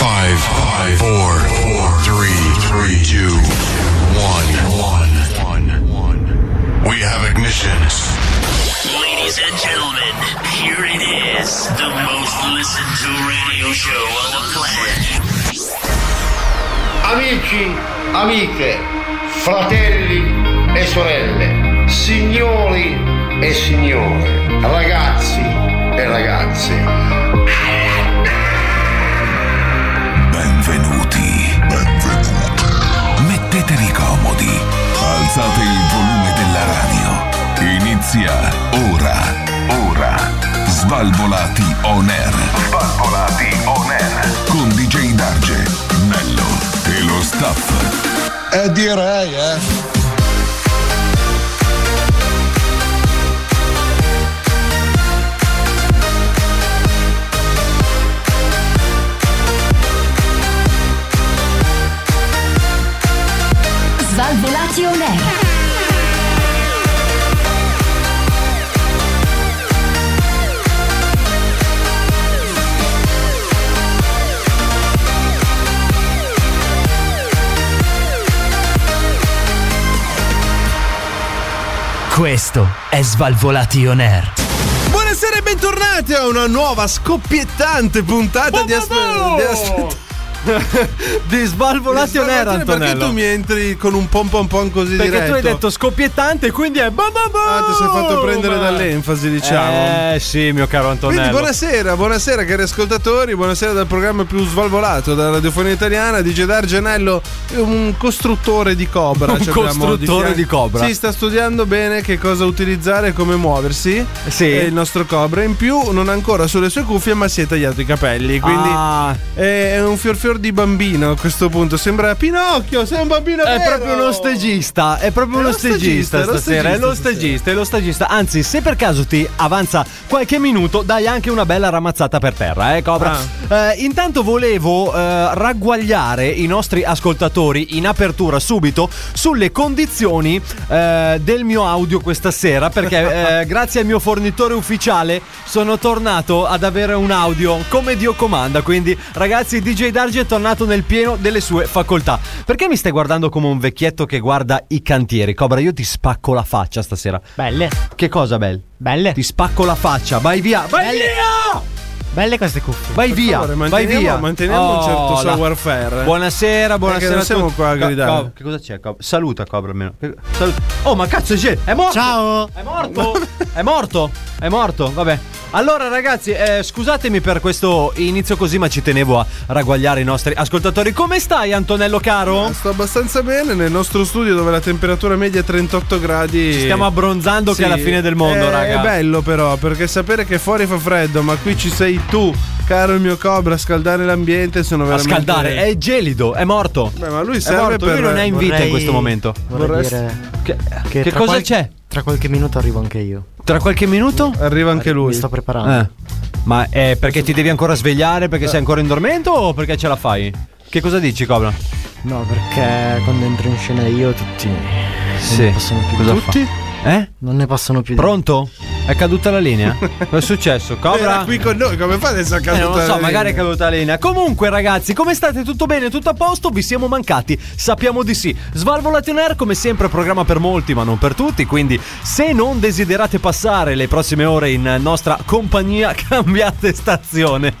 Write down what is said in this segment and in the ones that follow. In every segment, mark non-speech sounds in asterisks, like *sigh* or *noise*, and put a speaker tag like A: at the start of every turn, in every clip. A: Five, five, four, four, three, three, two, one, one, one. We have ignition.
B: Ladies and gentlemen, here it is, the most listened to radio show on the planet.
C: Amici, amiche, fratelli e sorelle, signori e signore, ragazzi e ragazze.
D: Benvenuti. Benvenuti. Mettetevi comodi. Alzate il volume della radio. Inizia ora. Ora. Svalvolati on air. Svalvolati on air. Con DJ Darge, Nello e lo staff.
E: Eh direi, eh.
F: Svalvolati on air.
G: Questo è Svalvolati On Air.
H: Buonasera e bentornati a una nuova scoppiettante puntata di, aspe- di, aspe- *laughs* di Svalvolati
I: on air,
H: Perché
I: Antonello.
H: tu mi entri con un pom pom pom così
I: Perché
H: diretto?
I: tu hai detto scoppiettante, quindi è bam bam bam.
H: Ah, ti sei fatto prendere dall'enfasi, diciamo.
I: Eh sì, mio caro Antonello.
H: Quindi buonasera, buonasera cari ascoltatori, buonasera dal programma più svalvolato della radiofonia italiana di Gedar Gianello, è un costruttore di cobra.
I: Un
H: ci abbiamo
I: costruttore
H: fianco.
I: di cobra.
H: Sì, sta studiando bene che cosa utilizzare e come muoversi.
I: Sì.
H: È il nostro cobra. In più non ha ancora sulle sue cuffie ma si è tagliato i capelli. Quindi
I: Ah,
H: è è un fior fior di bambino a questo punto, sembra Pinocchio, sei un bambino
I: è
H: vero!
I: proprio uno stagista, è proprio
H: È
I: uno
H: lo
I: stagista
H: stagista, è lo
I: stasera, è lo
H: stagista
I: stagista, è lo stagista. Anzi, se per caso ti avanza qualche minuto, dai anche una bella ramazzata per terra, eh Cobra.
J: Ah.
I: Eh, intanto volevo eh, ragguagliare i nostri ascoltatori in apertura subito sulle condizioni eh, del mio audio questa
J: *laughs*
I: sera perché eh, grazie al mio fornitore ufficiale sono tornato ad avere un audio come Dio comanda, quindi ragazzi DJ Darge è tornato nel pieno delle sue facoltà. Perché mi stai guardando come un vecchietto che guarda i cantieri? Cobra, io ti spacco la faccia stasera.
J: Belle,
I: Che cosa belle?
J: belle,
I: Ti spacco la faccia, vai via, vai
J: Belle.
I: via!
J: belle queste cuffie.
I: Vai
H: Per
I: via,
H: favore,
I: vai
H: manteniamo-
I: via.
H: manteniamo un certo
I: Oh, la-
H: savoir-faire. Eh,
I: Buonasera, buonasera.
H: non
I: a
H: siamo
I: tutti.
H: qua a
I: Co-
H: gridare.
I: co- che cosa c'è? Cob- Saluta Cobra almeno. Che- saluta. Oh, ma cazzo, c'è- è morto.
J: Ciao.
I: È morto? È morto? È morto? Vabbè. Allora ragazzi, eh, scusatemi per questo inizio così, ma ci tenevo a ragguagliare i nostri ascoltatori. Come stai Antonello caro?
H: Sto abbastanza bene nel nostro studio dove la temperatura media è 38 gradi.
I: Ci stiamo abbronzando
H: Sì, Eh,
I: che è la fine del mondo,
H: è-
I: raga.
H: È bello però, perché sapere che fuori fa freddo, ma qui ci sei tu, caro il mio cobra, a scaldare l'ambiente sono
I: A
H: veramente
I: scaldare, è gelido, è morto.
H: Beh, ma lui
I: è
H: serve
I: morto,
H: per-
I: lui non è in vita in
J: Vorrei-
I: questo momento.
J: Vorrei
H: Vorresti-
J: dire
I: Che,
J: che
I: che
J: tra
I: cosa
J: qual-
I: c'è?
J: Tra qualche minuto arrivo anche io.
I: Tra qualche minuto?
H: Arriva anche lui.
J: Mi sto preparando.
I: Eh. Ma è perché ti devi ancora svegliare?
H: Eh.
I: Perché sei ancora in dormento o perché ce la fai? Che cosa dici, Cobra?
J: No, perché quando entro in scena io tutti non ne possono più.
I: Cosa
J: tutti?
I: fa? Eh?
J: Non ne possono più. di-
I: Pronto? Ecco, È caduta
H: *laughs*
I: la linea? Cosa è successo?
H: Era
I: Cobra?
H: qui con noi, come fa adesso a
I: Eh,
H: caduta?
I: non lo so,
H: la
I: magari è
H: linea?
I: caduta la linea. Comunque, ragazzi, come state? Tutto bene? Tutto a posto? Vi siamo mancati? Sappiamo di sì. Svalvolation Air, come sempre, programma per molti, ma non per tutti. Quindi, se non desiderate passare le prossime ore in nostra compagnia, *laughs* cambiate stazione.
H: *laughs*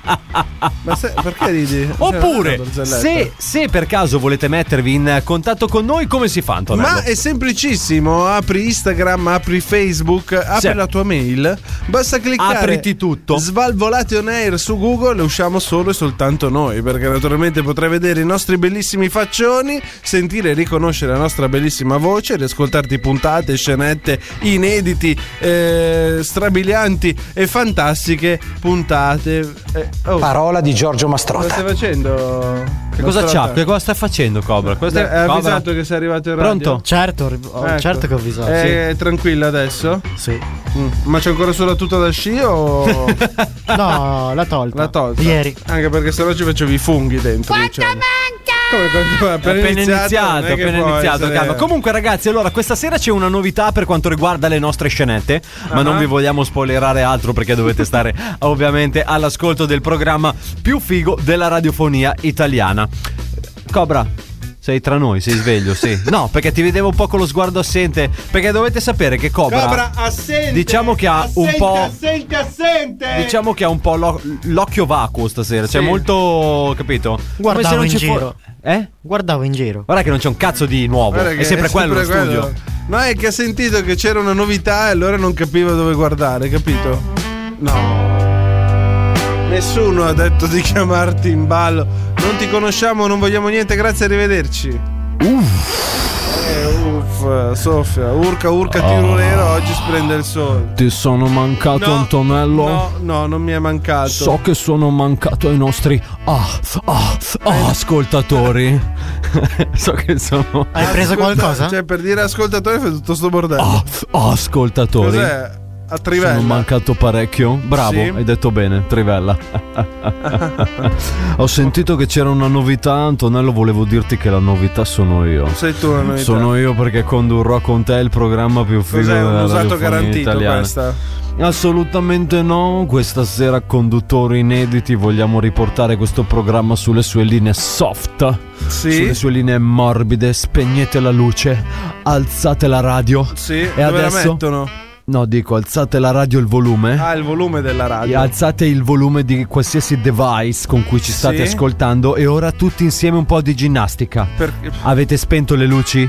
H: Ma se- perché
I: *laughs*
H: ridi? Cioè,
I: Oppure,
H: una barzelletta.
I: se, se per caso volete mettervi in contatto con noi, come si fa, Antonello?
H: Ma è semplicissimo, apri Instagram, apri Facebook, apri
I: Sì.
H: la tua mail, basta cliccare
I: Apriti tutto.
H: Svalvolati on air su Google e usciamo solo e soltanto noi, perché naturalmente potrai vedere i nostri bellissimi faccioni, sentire e riconoscere la nostra bellissima voce, riascoltarti puntate, scenette, inediti, eh, strabilianti e fantastiche puntate. Eh, oh,
K: Parola di Giorgio
H: cosa
K: Mastrota.
H: stai facendo?
I: che cosa c'ha?
H: Mastrota?
I: Che cosa sta facendo, Cobra? Cosa
H: Hai
I: sta- Cobra?
H: avvisato che sei arrivato in radio?
I: Pronto?
J: Certo, arri- oh,
H: Ecco.
J: certo che ho avvisato.
H: Eh, tranquilla adesso?
J: Sì.
H: Mm. Ma c'è ancora solo la tuta da sci o
J: No, l'ha tolta.
H: l'ha tolta?
J: Ieri.
H: Anche perché sennò ci facevi i funghi dentro. diciamo.
F: manca?
H: Come quando- appena,
I: appena iniziato,
H: non è che
I: appena
H: può
I: iniziato,
H: essere-
I: calma. Comunque, ragazzi, allora, questa sera c'è una novità per quanto riguarda le nostre scenette. Ma
H: Ah.
I: non vi vogliamo spoilerare altro perché
H: *laughs*
I: dovete stare ovviamente all'ascolto del programma più figo della radiofonia italiana. Cobra. Sei tra noi, sei
H: *laughs*
I: sveglio, sì. No, perché ti vedevo un po' con lo sguardo assente. Perché dovete sapere che Cobra.
K: Cobra assente.
I: Diciamo che ha un
K: Assente,
I: po'.
K: Assente, assente.
I: Diciamo che ha un po' lo- l'occhio vacuo stasera. Cioè,
K: Sì.
I: molto. capito? Come se
J: Guardavo
I: non
J: in
I: ci fo-
J: giro.
I: Eh?
J: Guardavo in giro.
I: Guarda che non c'è un cazzo di nuovo.
H: Guarda che
I: è sempre quello lo studio.
H: No, è che ha sentito che c'era una novità e allora non capiva dove guardare, capito? No. Nessuno ha detto di chiamarti in ballo. Non ti conosciamo, non vogliamo niente, grazie, arrivederci. Eh, uff, Sofia, urca, urca,
I: Oh.
H: tirulero, oggi splende il sole.
I: Ti sono mancato
H: No,
I: Antonello.
H: No, no, non mi è mancato.
I: So che sono mancato ai nostri ah, ah,
H: Eh.
I: ah, ascoltatori. *laughs* so che sono
J: Hai preso
H: Ascolta-
J: qualcosa?
H: Cioè, per dire ascoltatore fai tutto sto bordello.
I: ah, ah, ascoltatori.
H: Cos'è? A
I: Sono
H: Trivella.
I: mancato parecchio. Bravo,
H: Sì.
I: hai detto bene,
H: *laughs*
I: Trivella. Ho sentito che c'era una novità, Antonello, volevo dirti che la novità sono io.
H: Sei tu la novità.
I: Sono io perché condurrò con te il programma più figo
H: Cos'è un
I: della
H: usato
I: radiofonia
H: garantito
I: italiana.
H: questa?
I: Assolutamente no, questa sera conduttori inediti vogliamo riportare questo programma sulle sue linee soft, sulle
H: Sì.
I: sue linee morbide, spegnete la luce, alzate la radio.
H: Sì,
I: e
H: dove la
I: adesso...
H: mettono?
I: No, dico, alzate la radio il volume.
H: Ah, il volume della
I: E
H: radio.
I: Alzate il volume di qualsiasi device con cui ci state
H: Sì.
I: ascoltando e ora tutti insieme un po' di ginnastica.
H: Perché-
I: Avete spento le luci?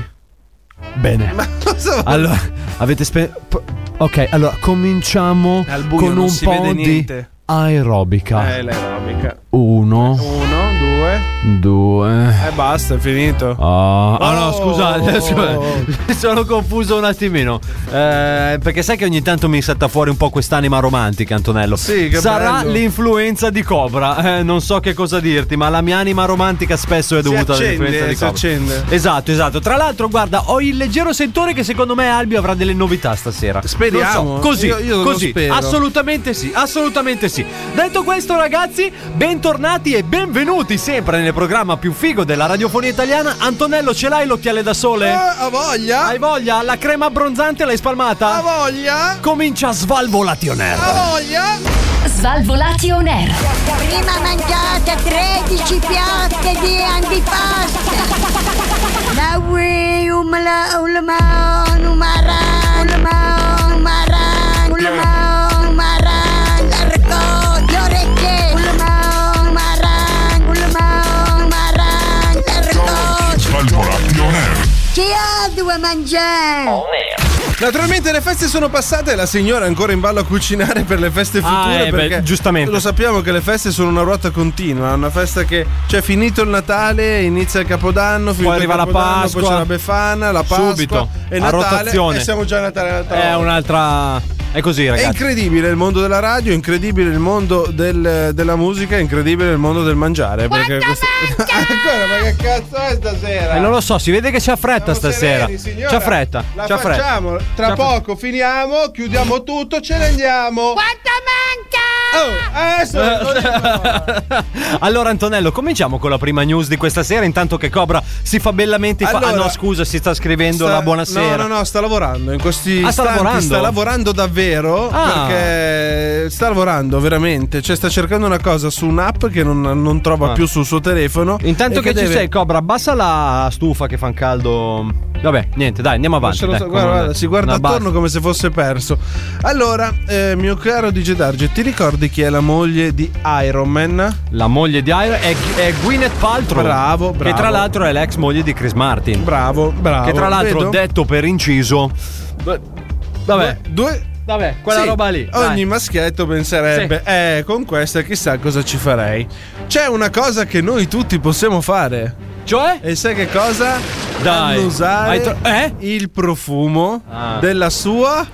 I: Bene.
H: Cosa-
I: Allora, avete spento... Ok, allora cominciamo
H: Al buio
I: con
H: non
I: un
H: si
I: po'
H: vede
I: di
H: niente.
I: aerobica.
H: Eh, l'aerobica.
I: Uno,
H: Uno, due.
I: due...
H: E basta, è finito.
I: Ah, ah, no,
H: Oh.
I: scusate, scusate, Eh, *laughs* sono confuso un attimino. Eh, perché sai che ogni tanto mi salta fuori un po' quest'anima romantica, Antonello.
H: Sì, che
I: Sarà
H: bello.
I: l'influenza di Cobra. Eh, non so che cosa dirti, ma la mia anima romantica spesso è dovuta
H: accende,
I: all'influenza di
H: si
I: Cobra.
H: accende.
I: Esatto, esatto. Tra l'altro, guarda, ho il leggero sentore che secondo me Albi avrà delle novità stasera.
H: Speriamo.
I: Non so, così,
H: Io- io lo
I: così.
H: spero.
I: Assolutamente sì, assolutamente sì. Detto questo, ragazzi, bentornati e benvenuti sempre nel programma più figo della radiofonia italiana. Antonello, ce l'hai l'occhiale da sole?
H: Eh, ha voglia?
I: Hai voglia? La crema abbronzante l'hai spalmata?
H: Ha voglia?
I: Comincia a Svalvolati on Air.
H: Ha voglia?
F: Svalvolati on air.
L: Prima mangiate 13 piatte di antipasto. La ui umla ulma numara ulma numara ulma numara largo le orecchie ulma numara ulma numara largo.
A: Svalvolati on air.
L: Chi ha due mangiare?
H: Naturalmente le feste sono passate e la signora è ancora in ballo a cucinare per le feste
I: Ah,
H: future.
I: eh, beh,
H: perché
I: giustamente.
H: Lo sappiamo che le feste sono una ruota continua. È una festa che c'è finito il Natale, inizia il Capodanno, finito il
I: arriva la
H: Capodanno,
I: Pasqua.
H: Poi c'è la Befana, la Pasqua.
I: Subito,
H: E
I: a
H: Natale.
I: rotazione.
H: E siamo già a Natale. Natale.
I: È un'altra. È così,
H: È
I: ragazzi.
H: incredibile il mondo della radio, è incredibile il mondo del- della musica, è incredibile il mondo del mangiare. Perché questo... *laughs* Ancora, ma che cazzo è stasera?
I: Eh, non lo so, si vede che c'ha fretta
H: Siamo
I: stasera.
H: sereni, signora.
I: c'ha fretta.
H: La
I: c'ha fretta.
H: facciamo. Tra
I: C'ha fretta.
H: poco finiamo, chiudiamo tutto, ce ne andiamo.
L: Quanto manca?
H: Oh, adesso
I: Eh,
H: lo dico.
I: allora Antonello, cominciamo con la prima news di questa sera, intanto che Cobra si fa bellamente fa... Ah
H: Allora-
I: no, scusa, si sta scrivendo
H: Sta-
I: la buonasera.
H: No, no, no, sta lavorando in questi
I: Ah, sta
H: istanti,
I: lavorando?
H: sta lavorando davvero
I: Ah.
H: perché sta lavorando veramente, cioè sta cercando una cosa su un'app che non, non trova
I: Ah.
H: più sul suo telefono.
I: Intanto
H: e
I: che, ci
H: deve-
I: sei, Cobra, abbassa la stufa che fa un caldo. Vabbè, niente, dai, andiamo avanti.
H: Lascialo
I: dai,
H: stare,
I: con
H: guarda,
I: un-
H: guarda, si guarda
I: una base.
H: attorno come se fosse perso. Allora, eh, mio caro DJ Darge, ti ricordi chi è la moglie di Iron Man?
I: La moglie di Iron è, è Gwyneth Paltrow.
H: Bravo,
I: Che
H: bravo.
I: tra l'altro è l'ex moglie di Chris Martin.
H: Bravo, bravo.
I: che tra l'altro,
H: vedo.
I: detto per inciso. Vabbè,
H: Due.
I: vabbè, quella
H: Sì,
I: roba lì. dai.
H: Ogni maschietto penserebbe, eh, con questa chissà cosa ci farei. C'è una cosa che noi tutti possiamo fare.
I: Cioè?
H: E sai che cosa?
I: Dai.
H: Annusare
I: Hai tro- eh?
H: il profumo
I: Ah.
H: della sua.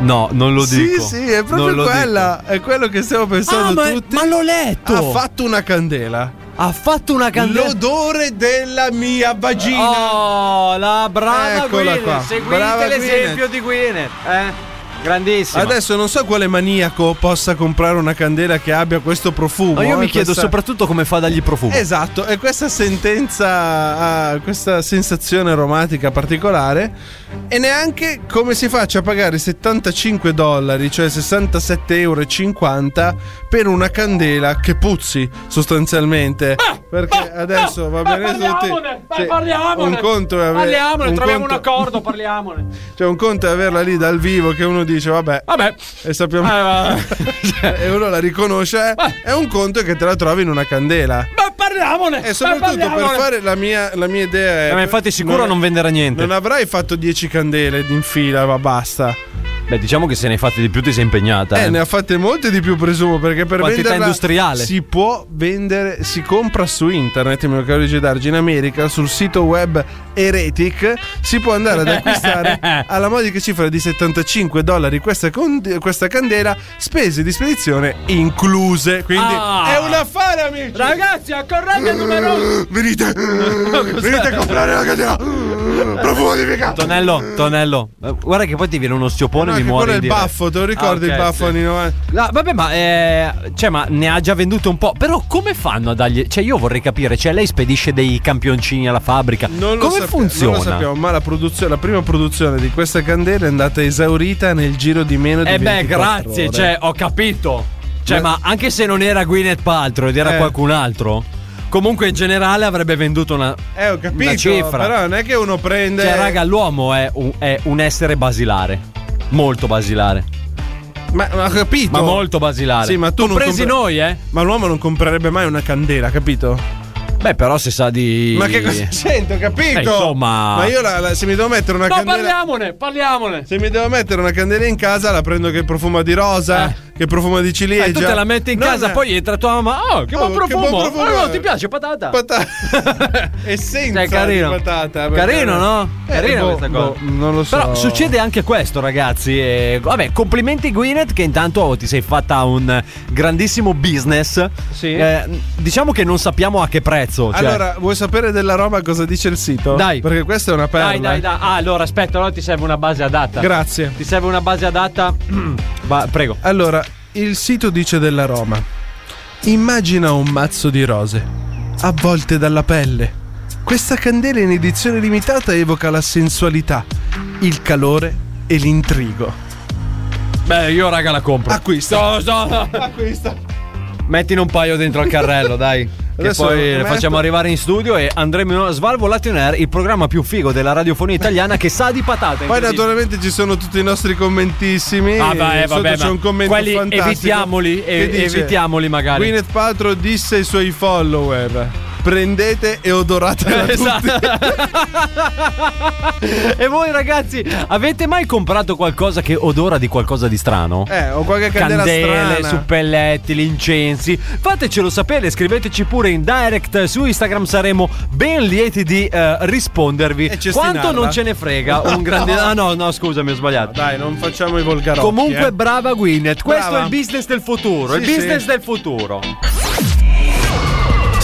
I: No, non lo
H: sì,
I: dico.
H: sì, è
I: Non
H: proprio
I: lo
H: quella. È quello che stiamo
I: dico. Ah,
H: pensando
I: ma,
H: tutti.
I: ma l'ho letto.
H: Ha fatto una candela.
I: Ha fatto una candela.
H: L'odore della mia vagina.
I: Oh, la brava
H: Eccola
I: Gwyneth.
H: qua.
I: Seguite
H: Brava
I: l'esempio di Gwyneth. Eh? Grandissimo.
H: Adesso non so quale maniaco possa comprare una candela che abbia questo profumo.
I: Ma io
H: eh,
I: mi chiedo
H: questa-
I: soprattutto come fa dagli profumi.
H: Esatto, e questa sentenza ha questa sensazione aromatica particolare e neanche come si faccia a pagare 75 dollari, cioè 67,50 euro per una candela che puzzi sostanzialmente.
I: Ah!
H: Perché adesso va bene
M: Eh, Parliamone,
H: tutti. cioè,
M: parliamone.
H: un conto è aver-
M: Parliamone,
H: un
M: troviamo
H: conto-
M: un accordo, parliamone.
H: Cioè un conto è averla lì dal vivo che uno dice vabbè,
M: vabbè.
H: e sappiamo
I: Eh,
H: *laughs* Cioè, e uno la riconosce, eh. è un conto che te la trovi in una candela.
M: Ma parliamone!
H: E soprattutto per fare la mia, la mia idea. è-
I: Ma infatti sicuro non venderà niente.
H: Non avrai fatto 10 candele in fila, ma basta.
I: Beh, diciamo che se ne hai fatti di più ti sei impegnata.
H: Eh,
I: eh.
H: ne ha fatte molte di più, presumo, perché per
I: Quantità
H: venderla
I: industriale.
H: si può vendere, si compra su internet, mio caro Gedargi, in America, sul sito web Eretic, si può andare ad
I: *laughs*
H: acquistare alla modica cifra di 75 dollari questa, con- questa candela, spese di spedizione incluse. Quindi
M: Ah.
H: è un affare, amici!
M: Ragazzi, accorrete il numero
A: Venite!
I: *laughs*
H: *laughs*
A: Venite a comprare la candela! Profumo di mica!
I: Tonello, Tonello, eh, guarda che poi ti viene uno stiopone
H: No,
I: e mi
H: che
I: muore.
H: quello è
I: in
H: il
I: diretta.
H: baffo, te lo ricordi
I: Ah, ok,
H: il baffo
I: sì.
H: anni 90?
I: No, vabbè, ma, eh, cioè, ma ne ha già venduto un po'. Però come fanno a dargli. Cioè, io vorrei capire, cioè, lei spedisce dei campioncini alla fabbrica.
H: Non lo
I: come
H: sappia-
I: funziona?
H: Non lo sappiamo, ma la, produzione- la prima produzione di questa candela è andata esaurita nel giro di meno di
I: Eh beh,
H: 24
I: grazie,
H: ore.
I: cioè, ho capito. Cioè,
H: Beh.
I: ma anche se non era Gwyneth Paltrow ed era
H: Eh.
I: qualcun altro, comunque in generale avrebbe venduto una.
H: Eh, ho
I: Una
H: capito,
I: cifra.
H: però non è che uno prende
I: Cioè, raga, l'uomo è un, è un essere basilare. Molto basilare.
H: Ma, ma ho capito.
I: Ma molto basilare.
H: Sì, ma tu non
I: Compresi
H: compre-
I: noi, eh?
H: Ma l'uomo non comprerebbe mai una candela, capito?
I: Beh, però se sa di.
H: Ma che cosa c'entra, capito?
I: Eh, insomma.
H: Ma io la- la- se mi devo mettere una
M: No,
H: candela
M: parliamone, parliamone.
H: se mi devo mettere una candela in casa, la prendo che profuma di rosa, che profuma di ciliegia.
I: Eh, tu te la metti in
H: Non-
I: casa, poi entra tua mamma. Oh, che
H: Oh,
I: buon
H: che
I: profumo!
H: buon profumo.
I: Oh, no, ti piace
A: *laughs*
I: patata?
H: Patata. e senza
I: Cioè, carino.
H: di patata. eh, perché-
I: Carino, no?
H: Eh,
I: Carino
H: boh,
I: questa cosa.
H: boh, non lo so.
I: Però succede anche questo, ragazzi. E, vabbè, complimenti Gwyneth che intanto ti sei fatta un grandissimo business.
H: Sì.
I: Eh, diciamo che non sappiamo a che prezzo. cioè-
H: Allora, vuoi sapere della roba cosa dice il sito?
I: Dai.
H: Perché questa è una perla. eh.
M: Dai, dai, dai. Ah, allora aspetta, allora ti serve una base adatta.
H: Grazie.
M: Ti serve una base adatta.
I: *clears throat* Va, prego.
H: Allora, il sito dice della Roma. Immagina un mazzo di rose, avvolte dalla pelle. Questa candela in edizione limitata evoca la sensualità, il calore e l'intrigo.
I: Beh, io, raga, la compro.
H: Acquista.
I: No, no, no.
H: *laughs* Acquista.
I: Mettine un paio dentro al
H: *laughs*
I: carrello, dai. Che
H: Adesso
I: poi le
H: metto-
I: facciamo arrivare in studio e andremo a Svalvolation Air, il programma più figo della radiofonia italiana che sa di patate.
H: Poi
I: Incredibile.
H: naturalmente ci sono tutti i nostri commentissimi.
I: Ah,
H: Eh,
I: beh,
H: Sotto
I: vabbè,
H: c'è
I: ma
H: un commento
I: quelli
H: fantastico
I: evitiamoli,
H: che
I: e-
H: dice,
I: evitiamoli magari.
H: Gwyneth Paltrow disse ai suoi follower: prendete e odoratela
I: *laughs*
H: tutti.
I: Esatto. E voi ragazzi, avete mai comprato qualcosa che odora di qualcosa di strano?
H: Eh, o qualche candela
I: Candele,
H: strana.
I: suppelletti, gli incensi. Fatecelo sapere, scriveteci pure in direct su Instagram, saremo ben lieti di eh, rispondervi.
H: E cestinarla.
I: Quanto non ce
H: *laughs*
I: ne frega un grande Ah no, no, scusa, mi ho sbagliato.
H: Dai, non facciamo i volgarotti.
I: Comunque
H: eh.
I: brava Gwyneth, questo
H: Brava.
I: è il business del futuro, il
H: Sì, sì.
I: business del futuro.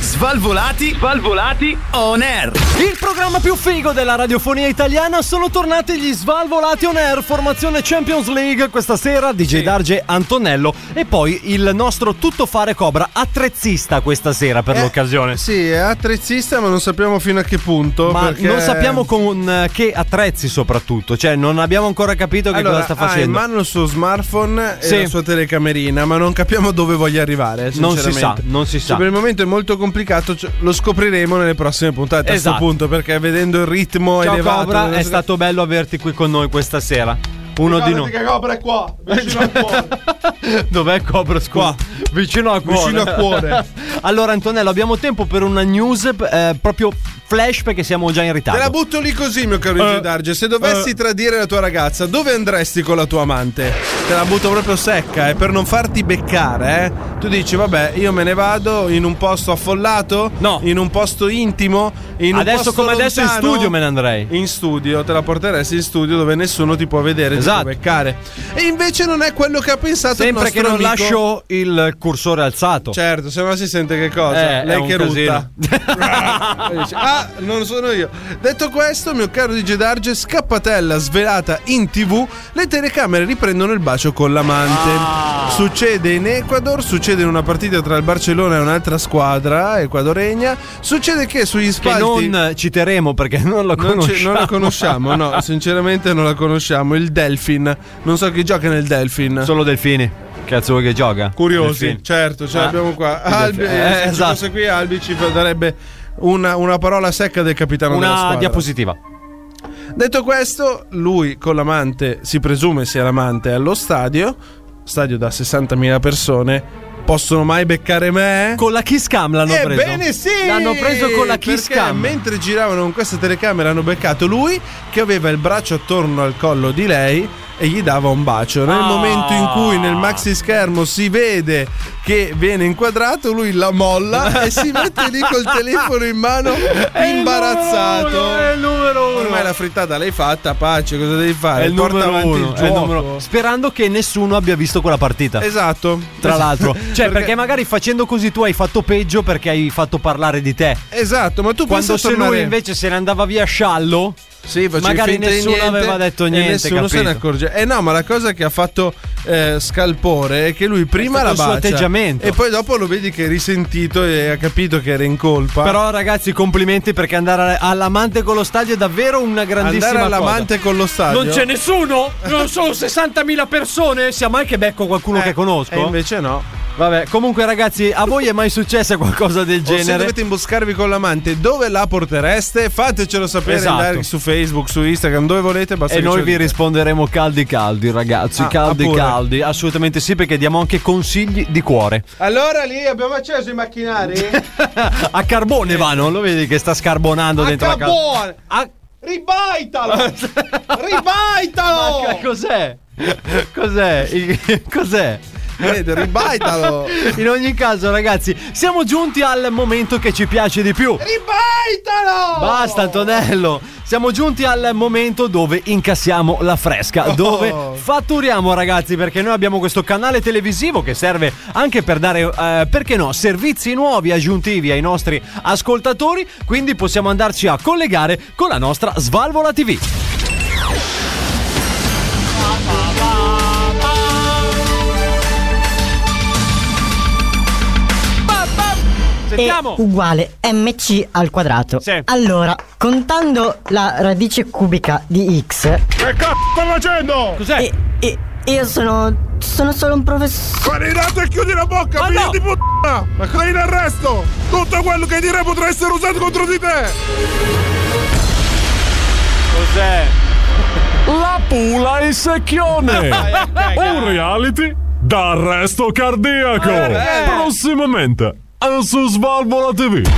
G: Svalvolati. Svalvolati on air.
I: Il programma più figo della radiofonia italiana sono tornati gli Svalvolati on Air, formazione Champions League questa sera, DJ Darge Antonello e poi il nostro tuttofare Cobra attrezzista questa sera per
H: Eh,
I: l'occasione.
H: Sì, è attrezzista, ma non sappiamo fino a che punto.
I: Ma
H: perché-
I: non sappiamo con eh, che attrezzi soprattutto, cioè non abbiamo ancora capito che
H: Allora,
I: cosa sta
H: Ha in
I: facendo.
H: mano il suo smartphone
I: Sì.
H: e la sua telecamerina, ma non capiamo dove voglia arrivare.
I: Non si
H: sinceramente.
I: sa, non si sa.
H: Cioè, per il momento è molto complicato, cioè, lo scopriremo nelle prossime puntate. A
I: Esatto.
H: questo punto, perché vedendo il ritmo
I: Ciao
H: elevato.
I: Cobra,
H: della
I: è
H: nostra-
I: stato bello averti qui con noi questa sera. Uno di noi.
K: copre qua, vicino al cuore.
I: *laughs* Dov'è Cobra Squad? Vicino a cuore. *laughs*
H: Vicino a cuore.
I: allora, Antonello, abbiamo tempo per una news eh, proprio flash perché siamo già in
H: Te
I: ritardo.
H: la butto lì così, mio caro
I: Eh,
H: Gio Darge. Se dovessi tradire la tua ragazza, dove andresti con la tua amante? Te la butto proprio secca, eh, per non farti beccare, eh. Tu dici, vabbè, io me ne vado in un posto affollato? No. In un posto intimo? In
I: Adesso
H: un posto
I: come adesso in
H: lontano?
I: studio me ne andrei.
H: In studio, te la porteresti in studio dove nessuno ti può vedere, esatto. ti può beccare. E invece non è quello che ha pensato il
I: Sempre che non
H: nostro amico.
I: lascio il cursore alzato.
H: Certo, se no si sente che cosa?
I: Eh, è
H: Lei
I: un
H: che rutta.
I: casino.
H: E *laughs* dice, ah, non sono io. Detto questo, mio caro DJ Darge, scappatella svelata in tv, le telecamere riprendono il bacio con l'amante.
I: Ah.
H: Succede in Ecuador, succede in una partita tra il Barcellona e un'altra squadra ecuadoregna. Succede che sugli
I: Che
H: spalti...
I: non citeremo perché non la
H: Non,
I: conosciamo.
H: ce- non la conosciamo, no, sinceramente non la conosciamo. Il Delfin, non so chi gioca nel Delfin.
I: Solo Delfini. Cazzo vuoi che gioca?
H: Curiosi,
I: Delfini.
H: certo, ce
I: Ah.
H: l'abbiamo qua.
I: Il
H: Albi,
I: delfino.
H: eh,
I: Eh,
H: se ci
I: esatto.
H: fosse qui Albi ci fa- darebbe una, una parola secca del capitano della
I: Una
H: squadra.
I: diapositiva.
H: Detto questo, lui con l'amante, si presume sia l'amante, è allo stadio, stadio da 60.000 persone. Possono mai beccare me?
I: Con la kiss cam l'hanno preso.
H: Ebbene sì!
I: L'hanno preso con la kiss
H: perché
I: cam.
H: mentre giravano con questa telecamera hanno beccato lui che aveva il braccio attorno al collo di lei e gli dava un bacio. Nel
I: Ah.
H: momento in cui nel maxi schermo si vede che viene inquadrato, lui la
I: *laughs*
H: molla e si mette lì col telefono in *laughs* mano imbarazzato. Ormai la frittata l'hai fatta, pace, cosa devi fare?
I: È il
H: Porta
I: numero
H: avanti il
I: uno, è il
H: gioco.
I: numero- Sperando che nessuno abbia visto quella partita.
H: Esatto. *laughs*
I: Tra l'altro, cioè, perché...
H: Perché-
I: magari facendo così tu hai fatto peggio perché hai fatto parlare di te.
H: Esatto, ma tu
I: Quando
H: pensa a
I: se
H: tornare-
I: lui invece se ne andava via sciallo,
H: Sì, facevi
I: magari
H: finta di
I: nessuno
H: niente
I: aveva detto
H: e
I: niente.
H: nessuno
I: capito?
H: se ne accorge. Eh no, ma la cosa che ha fatto eh, scalpore è che lui prima
I: stato
H: la
I: il suo
H: bacia
I: atteggiamento.
H: e poi dopo lo vedi che è risentito e ha capito che era in colpa.
I: Però ragazzi, complimenti perché andare all'amante con lo stadio è davvero una grandissima
H: andare
I: cosa.
H: all'amante con lo stadio.
M: Non c'è nessuno? Non sono 60.000 persone? Siamo anche becco qualcuno
I: Uno che conosco.
H: Eh, E invece no.
I: Vabbè, comunque ragazzi, a voi è mai successa qualcosa del
H: O se
I: genere?
H: dovete imboscarvi con l'amante, dove la portereste? Fatecelo sapere
I: Esatto.
H: andare su Facebook, su Instagram, dove volete. Basta
I: E
H: che
I: noi
H: ce lo
I: vi
H: dite.
I: risponderemo caldi caldi, ragazzi.
H: Ah,
I: caldi
H: ah, pure.
I: caldi, assolutamente sì, perché diamo anche consigli di cuore.
A: Allora lì abbiamo acceso i
I: *laughs*
A: macchinari?
I: A carbone vanno, lo vedi che sta scarbonando dentro la casa.
A: Carbone!
I: A-
A: *laughs* Ribaitalo!
I: Ma
A: Ribaitalo!
I: che cos'è? *laughs* Cos'è? I- *laughs* Cos'è?
H: Vedo, ribaitalo!
I: *laughs* In ogni caso, ragazzi, siamo giunti al momento che ci piace di più.
A: Ribaitalo!
I: Basta Antonello, siamo giunti al momento dove incassiamo la fresca,
A: Oh.
I: dove fatturiamo ragazzi perché noi abbiamo questo canale televisivo che serve anche per dare, eh, perché no, servizi nuovi aggiuntivi ai nostri ascoltatori, quindi possiamo andarci a collegare con la nostra Svalvola TV.
M: Sentiamo.
N: E uguale mc al quadrato.
M: Sì.
N: Allora, contando la radice cubica di x. eh,
A: Che cazzo sta facendo?
M: Cos'è?
N: E, e- io sono. sono solo un professore.
A: Farinato e chiudi la bocca,
M: Ma
A: figlio
M: no!
A: di puttana! Ma cosa in arresto! Tutto quello che direi potrà essere usato contro di te!
M: Cos'è?
O: La pula e il secchione. Un reality da arresto cardiaco.
M: Eh,
O: Prossimamente eh, su Svalvola TV.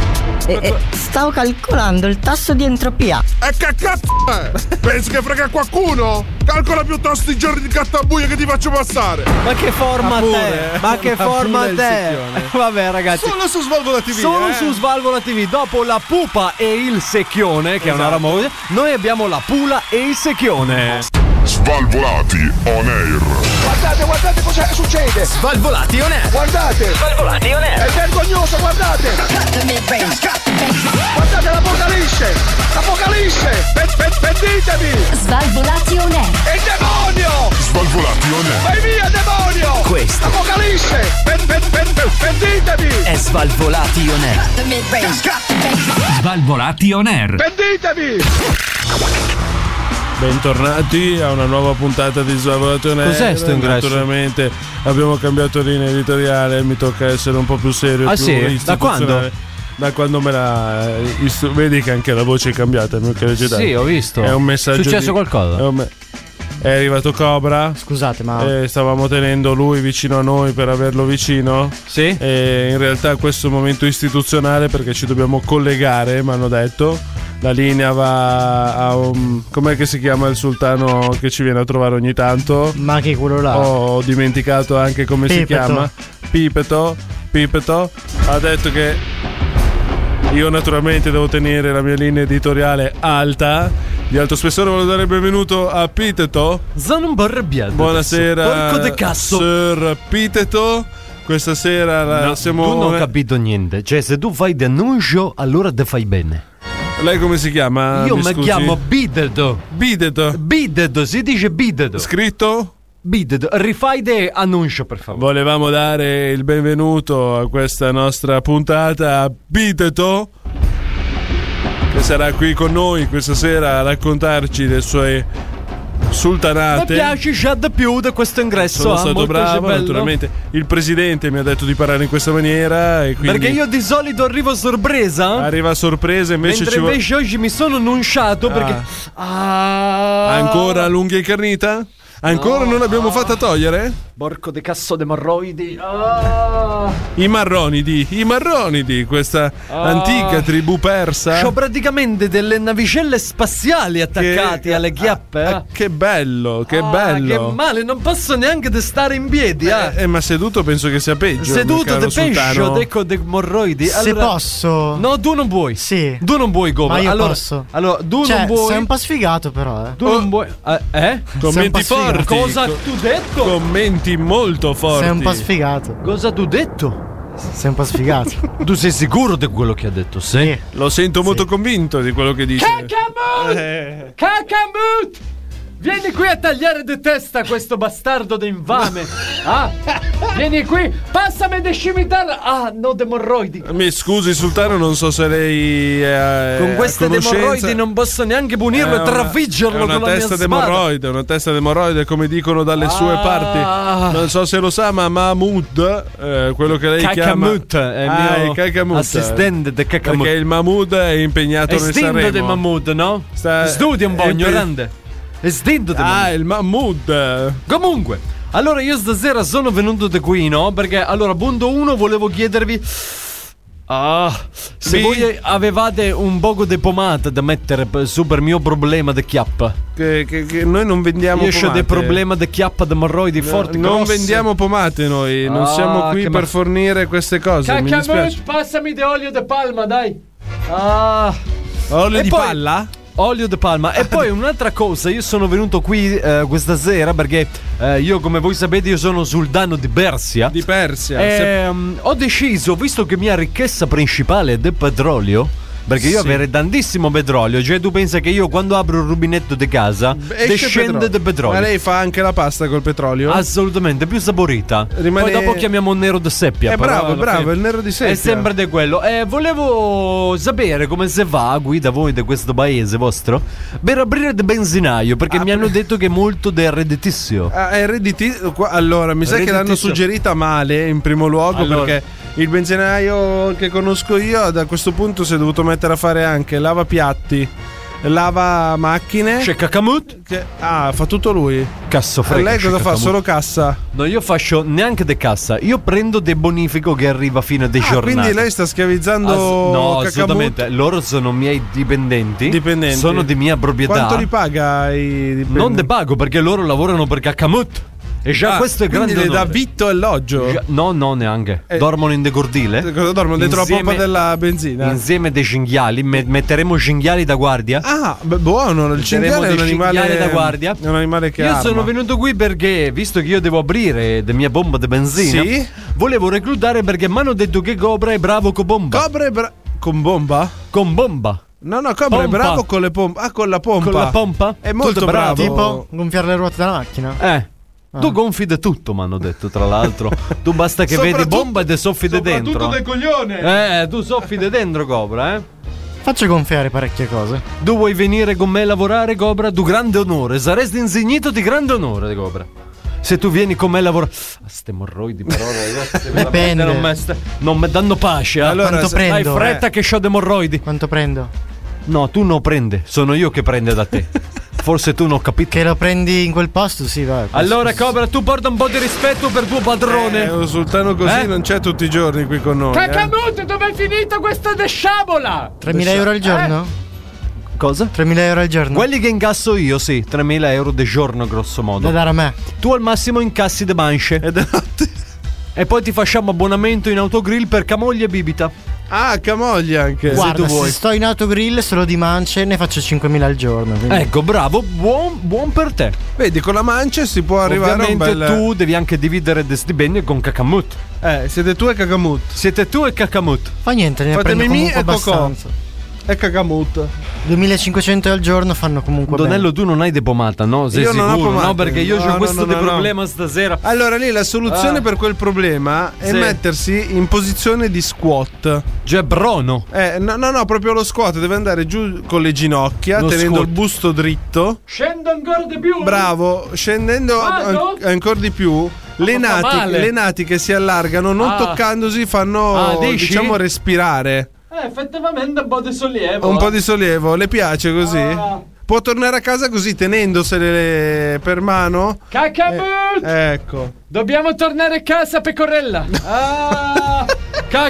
N: E- e eh, stavo calcolando il tasso di entropia.
A: E che cazzo è? Pensi che frega qualcuno? Calcola piuttosto i giorni di cattabuia che ti faccio passare!
I: Ma che forma te? Ma che forma te? Eh, *laughs* Vabbè ragazzi.
A: Solo su Svalvola TV!
I: Solo
A: eh?
I: su Svalvola TV, dopo la pupa e il secchione, che è una
A: Esatto.
I: roba così, noi abbiamo la pula e il secchione.
P: Svalvolati on air.
A: Guardate, guardate cosa succede!
G: Svalvolati on air.
A: Guardate!
G: Svalvolati on air.
A: È vergognoso, guardate! Guardate l'apocalisse! L'apocalisse! Ben- ben- Venditemi!
F: Svalvolati on air.
A: È il demonio!
P: Svalvolati on air.
A: Vai via, demonio!
G: Questo.
A: Apocalisse! Ben- ben- ben- ben- Venditemi!
G: È Svalvolati on air. Svalvolati on air.
A: Venditemi!
H: Bentornati a una nuova puntata di Svalvolato Nero.
I: Cos'è sto ingresso?
H: Naturalmente abbiamo cambiato linea editoriale, mi tocca essere un po' più serio.
I: Ah,
H: più
I: sì? Da
H: istituzionale.
I: quando?
H: Da quando me la. istu- Vedi che anche la voce è cambiata, mio caro Jedi.
I: Sì, ho visto.
H: È un messaggio.
I: Successo
H: di-
I: qualcosa?
H: è un me-
B: È arrivato Cobra.
J: Scusate, ma.
B: Eh, stavamo tenendo lui vicino a noi per averlo vicino.
I: Sì.
B: E in realtà questo è un momento istituzionale perché ci dobbiamo collegare, mi hanno detto. La linea va a un. com'è che si chiama il sultano che ci viene a trovare ogni tanto?
J: Ma che quello là.
B: Ho dimenticato anche come si
J: Pipeto.
B: chiama. Pipeto. Pipeto. Ha detto che io naturalmente devo tenere la mia linea editoriale alta. Di alto spessore volevo dare il benvenuto a Piteto.
I: Sono un barrabbiato.
B: Buonasera.
I: Porco de cazzo.
B: Sir Piteto. Questa sera la-
I: No,
B: Eh, siamo.
I: tu non ho capito niente. Cioè, se tu fai denuncio, allora te fai bene.
B: Lei come si chiama?
I: Io mi
B: scusi?
I: chiamo Bidedo.
B: Bidedo.
I: Bidedo, si dice Bidedo.
B: Scritto?
I: Bidedo. Rifai de annuncio, per favore.
B: Volevamo dare il benvenuto a questa nostra puntata a Piteto. Che sarà qui con noi questa sera a raccontarci le sue
I: Mi
B: sultanate.
I: piace già di più di questo ingresso.
B: Sono
I: ah,
B: stato
I: molto
B: bravo,
I: bello.
B: naturalmente. Il presidente mi ha detto di parlare in questa maniera. E quindi
I: Perché io di solito arrivo a sorpresa.
B: Arriva a sorpresa, invece
I: mentre
B: ci vuole.
I: invece oggi mi sono annunciato
B: Ah.
I: perché. Ah.
B: Ancora l'unghia incarnita? Ancora non l'abbiamo fatta togliere?
I: Porco de cazzo de morroidi. Ah.
B: I marronidi, i marronidi, questa antica tribù persa.
I: C'ho praticamente delle navicelle spaziali attaccate alle chiappe.
B: Ah,
I: ah.
B: che bello, che
I: Ah,
B: bello.
I: Che male, non posso neanche de stare in piedi. ah.
B: eh, ma seduto penso che sia peggio.
I: Seduto
B: caro
I: de pescio,
B: sultano.
I: deco de morroidi.
J: Se posso.
I: No, tu non vuoi.
J: Sì.
I: Tu non vuoi, Goma.
J: Ma io
I: allora,
J: posso.
I: Allora, tu
J: cioè,
I: non vuoi.
J: sei un po' sfigato, però, eh.
I: Tu
B: Oh.
I: non vuoi. Eh? eh?
B: Commenti
J: sei un po'
B: forti.
J: sfigato.
I: Cosa
B: co-
I: tu detto?
B: Commenti molto forti.
J: Sei un po' sfigato.
I: Cosa tu detto?
J: Sei un po' sfigato.
I: Tu sei sicuro di quello che ha detto? Sì.
B: Lo sento molto convinto di quello che dice.
I: Cacamut! Cacamut! Vieni qui a tagliare di testa questo bastardo da infame. *laughs* Ah, vieni qui, passami de scimitarra. Ah, no, demorroidi.
B: Mi scusi, Sultano, non so se lei. eh,
I: Con queste
B: a conoscenza-
I: demorroidi non posso neanche
B: È
I: punirlo e
B: una-
I: trafiggerlo
B: è una
I: con la mia
B: testa
I: spada.
B: d'emorroide, una testa d'emorroide, come dicono dalle sue
I: Ah.
B: parti. Non so se lo sa, ma Mahmood, eh, quello che lei
I: Cacamut
B: chiama.
I: è il
B: Ah,
I: mio
B: il Cacamut.
I: assistente del Cacamut.
B: Perché il Mahmood è impegnato
I: È
B: nel
I: stinto
B: Sanremo.
I: di Mahmood, no?
B: Sta- eh,
I: Studia un po',
B: è impe-
I: ignorante. Eh, È stinto di Mahmood.
B: Ah, il Mahmood.
I: Comunque, allora io stasera sono venuto da qui, no? Perché allora, punto uno, volevo chiedervi. Ah, se
B: Sì?
I: voi avevate un poco di pomata da mettere per- su per mio problema di chiappa.
B: Che, che- che noi non vendiamo
I: Io ho
B: pomate.
I: dei problemi di chiappa di morroidi forti.
B: Non
I: grossi.
B: vendiamo pomate noi, non
I: Ah,
B: siamo qui
I: che
B: per
I: ma-
B: fornire queste cose. Mi dispiace.
I: Cacamut, passami di olio de palma, dai. Ah.
B: Olio
I: E
B: di
I: poi-
B: palla?
I: Olio de
B: *laughs*
I: palma. E poi un'altra cosa, io sono venuto qui eh, questa sera perché eh, io, come voi sapete, io sono sultano di Persia.
B: Di Persia. Se-
I: Ehm, ho deciso, visto che mia ricchezza principale è del petrolio. Perché io
B: Sì.
I: avrei tantissimo petrolio, cioè tu pensi che io quando apro il rubinetto di casa
B: esce
I: discende del petrolio.
B: Ma lei fa anche la pasta col petrolio?
I: Assolutamente, più saporita.
B: Rimane-
I: Poi dopo chiamiamo un nero di seppia.
B: Eh,
I: però
B: bravo,
I: alla
B: bravo,
I: fine
B: il nero di seppia.
I: È sempre di quello. Eh, volevo sapere come se va a guida voi di questo paese vostro per aprire il benzinaio, perché mi hanno detto che è molto del redditizio.
B: Ah, è redditizio. qua- Allora, mi sa che l'hanno
I: Redditizio.
B: suggerita male in primo luogo
I: Allora.
B: perché il benzinaio che conosco io da questo punto si è dovuto mettere a fare anche lavapiatti, lava macchine.
I: C'è Cacamut?
B: che- ah, fa tutto lui.
I: Cazzo
B: E
I: frega.
B: lei cosa
I: c'è
B: fa?
I: Cacamut.
B: Solo cassa.
I: No, io faccio neanche de cassa, io prendo de bonifico che arriva fino a dei
B: Ah,
I: giornate.
B: quindi lei sta schiavizzando
I: Ass- no,
B: Cacamut?
I: assolutamente. Loro sono miei dipendenti.
B: Dipendenti.
I: Sono di mia proprietà.
B: Quanto li paga i dipendenti?
I: Non de pago perché loro lavorano per Cacamut. E già
B: Ah,
I: questo è
B: quindi
I: grande.
B: le dà
I: onore.
B: vitto e alloggio.
I: Già- no, no, neanche.
B: Eh.
I: Dormono in de cortile.
B: Cosa dormono dentro la
I: Insieme-
B: pompa della benzina?
I: Insieme dei cinghiali. Me- metteremo cinghiali da guardia.
B: Ah, beh, buono. Il cinghiale è un
I: dei
B: animale
I: cinghiali da guardia.
B: È un animale che
I: io
B: arma.
I: sono venuto qui perché, visto che io devo aprire la mia bomba di benzina,
B: Sì.
I: volevo reclutare perché mi hanno detto che Cobra è bravo con bomba.
B: Cobra è bra- con bomba?
I: con bomba.
B: No, no, Cobra è
I: Pompa.
B: bravo con le pompe. Ah, con la pompa.
I: Con la pompa?
B: È molto
I: Tutto bravo.
B: bravo.
J: tipo, gonfiare le ruote della macchina.
I: Eh.
B: Ah.
I: Tu gonfi de tutto, mi hanno detto, tra l'altro. tu basta che vedi
B: Soprattutto-
I: bomba e te soffi de dentro.
H: Soprattutto del coglione.
I: Eh, tu soffi de dentro, Cobra, eh.
J: Faccio gonfiare parecchie cose.
I: Tu vuoi venire con me a lavorare, Cobra? Tu grande onore, saresti insignito di grande onore, Cobra. Se tu vieni con me a lavorare. Ah, ste morroidi, però,
J: *laughs*
I: ragazzi, veramente Non mi, sta- non mi danno pace. eh.
B: Allora,
J: Quanto
B: se-
I: Hai
J: prendo?
I: fretta
J: eh?
I: che ho demorroidi.
J: Quanto prendo? *laughs*
I: No, tu non prende, sono io che prendo da te. Forse tu non ho capito.
J: Che lo prendi in quel posto, sì, va.
M: Allora, Cobra, tu porta un po' di rispetto per tuo padrone.
H: Eh, un sultano così non c'è tutti i giorni qui con noi. eh.
M: Cacamuto, dov'è finita questa desciabola?
J: 3.000 euro al giorno?
I: Eh. Cosa?
J: 3.000 euro al giorno.
I: Quelli che incasso io, sì, 3.000 euro de giorno, grosso modo.
J: Da dare a me.
I: Tu al massimo incassi de mance. E poi ti facciamo abbonamento in autogrill per camoglia e bibita.
H: Ah, camoglia anche.
J: Guarda, se, sto in autogrill solo di mance ne faccio 5.000 al giorno. quindi-
I: Ecco, bravo, buon, buon per te.
H: Vedi, con la mancia si può arrivare a un
I: Ovviamente
H: bel...
I: tu devi anche dividere de stipendio con Kakamut.
H: Eh, siete tu e Kakamut.
I: Siete tu e Kakamut.
J: Fa niente, ne
H: Fatemi
J: prendo
H: mi
J: comunque
H: e Cocò.
J: abbastanza.
H: E Kakamut.
J: 2.500 al giorno fanno comunque
I: Donello, tu non hai depomata, no? Sei
H: Io non
I: sicuro?
H: ho pomate.
I: No, perché io
H: No,
I: ho
H: no,
I: questo
H: no,
I: de
H: no, no.
I: problema stasera.
H: Allora lì la soluzione
I: Ah.
H: per quel problema è
I: Sì.
H: mettersi in posizione di squat.
I: Cioè, brono.
H: Eh, no, no, no, proprio lo squat deve andare giù con le ginocchia,
I: Lo
H: tenendo
I: squat.
H: il busto dritto.
M: Scendo ancora di più.
H: Bravo, scendendo
M: Vado?
H: an- ancora di più, le
M: ma fa
H: nati,
M: male.
H: le nati che si allargano, non
M: Ah.
H: toccandosi,
M: Ah,
H: fanno
M: dici?
H: diciamo respirare.
M: Eh, effettivamente un po' di sollievo.
H: Un po'
M: eh.
H: di sollievo, le piace così?
M: Ah.
H: Può tornare a casa così tenendosele per mano? Eh.
M: Cacamut!
H: Ecco.
M: Dobbiamo tornare a
H: *laughs*
M: casa, pecorella. Ah,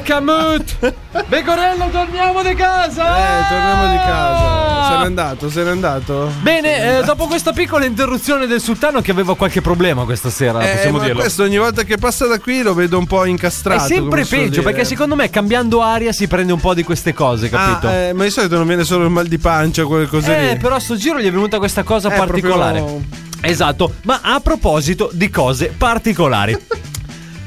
M: cacamut! Pecorella, torniamo di casa.
H: Eh, torniamo di
I: Ah.
H: casa. Se n'è andato, se n'è andato.
I: Bene, eh, dopo questa piccola interruzione del sultano che aveva qualche problema questa sera,
H: Eh,
I: Ah, possiamo
H: ma
I: dirlo.
H: questo ogni volta che passa da qui lo vedo un po'
I: È
H: incastrato.
I: sempre
H: come si suol
I: peggio
H: dire.
I: perché secondo me cambiando aria si prende un po' di queste cose, capito?
H: Ah, eh, ma di solito non viene solo il mal di pancia, quelle cose
I: Eh,
H: lì.
I: però a sto giro gli è venuta questa cosa
H: Eh,
I: particolare.
H: proprio-
I: Esatto, ma a proposito di cose
H: *laughs*
I: particolari.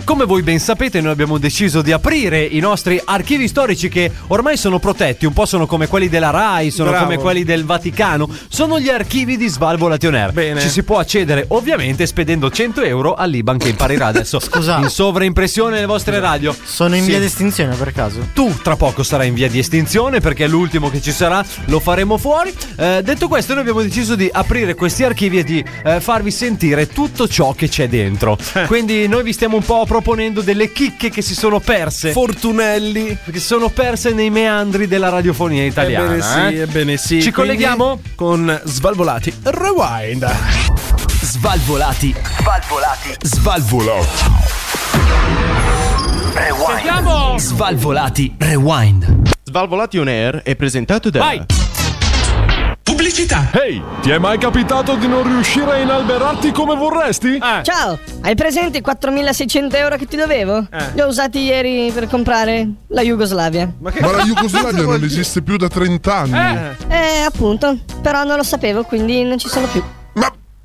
I: Come voi ben sapete, noi abbiamo deciso di aprire i nostri archivi storici che ormai sono protetti, un po' sono come quelli della RAI, sono
H: Bravo.
I: come quelli del Vaticano, sono gli archivi di Svalvolation Air.
H: Bene.
I: Ci si può accedere ovviamente spedendo 100 euro all'Iban che imparirà adesso
J: *laughs* Scusa.
I: in sovraimpressione le vostre radio.
J: Sono in
I: Sì.
J: via di estinzione per caso?
I: Tu tra poco sarai in via di estinzione perché è l'ultimo che ci sarà, lo faremo fuori. Eh, detto questo, noi abbiamo deciso di aprire questi archivi e di eh, farvi sentire tutto ciò che c'è dentro.
H: Eh.
I: Quindi noi vi stiamo un po' proponendo delle chicche che si sono perse.
H: Fortunelli.
I: che sono perse nei meandri della radiofonia italiana.
H: Ebbene sì,
I: eh.
H: ebbene sì. Quindi
I: Ci colleghiamo?
H: con Svalvolati Rewind.
G: Svalvolati. Svalvolati. Svalvolati.
M: Sentiamo.
G: Svalvolati. Rewind.
Q: Svalvolati on Air è presentato da
M: Vai.
Q: Pubblicità
O: Ehi, ti è mai capitato di non riuscire a inalberarti come vorresti?
M: Ah.
R: Ciao, hai presente i 4600 euro che ti dovevo?
M: Eh.
R: Li ho usati ieri per comprare la Jugoslavia.
P: Ma la Jugoslavia non esiste più da 30 anni.
R: Eh, appunto, però non lo sapevo, quindi non ci sono più.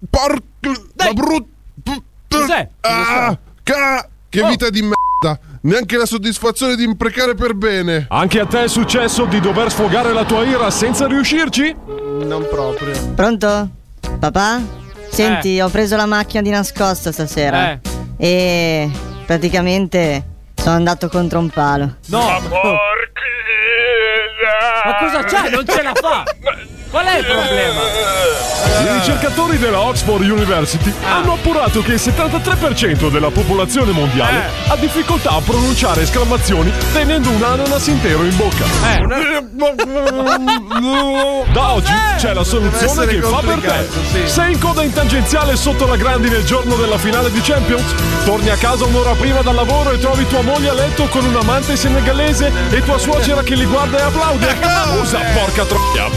P: Porca la brutta. Ah, ca- che vita di merda. Neanche la soddisfazione di imprecare per bene.
O: Anche a te è successo di dover sfogare la tua ira senza riuscirci?
H: Non proprio.
N: Pronto? Papà? Senti, ho preso la macchina di nascosto stasera.
M: Eh.
N: E praticamente sono andato contro un palo.
M: No. Ma cosa c'è? Non ce la fa. Qual è il problema?
O: I ricercatori della Oxford University hanno appurato che il 73% della popolazione mondiale ha difficoltà a pronunciare esclamazioni tenendo un ananas intero in bocca. Da oggi c'è la soluzione
H: essere
O: che fa per te.
H: complicato, sì.
O: Sei in coda in tangenziale sotto la grandine il giorno della finale di Champions? Torni a casa un'ora prima dal lavoro e trovi tua moglie a letto con un amante senegalese e tua suocera che li guarda e
H: Eh,
O: applaude? Usa porca troia!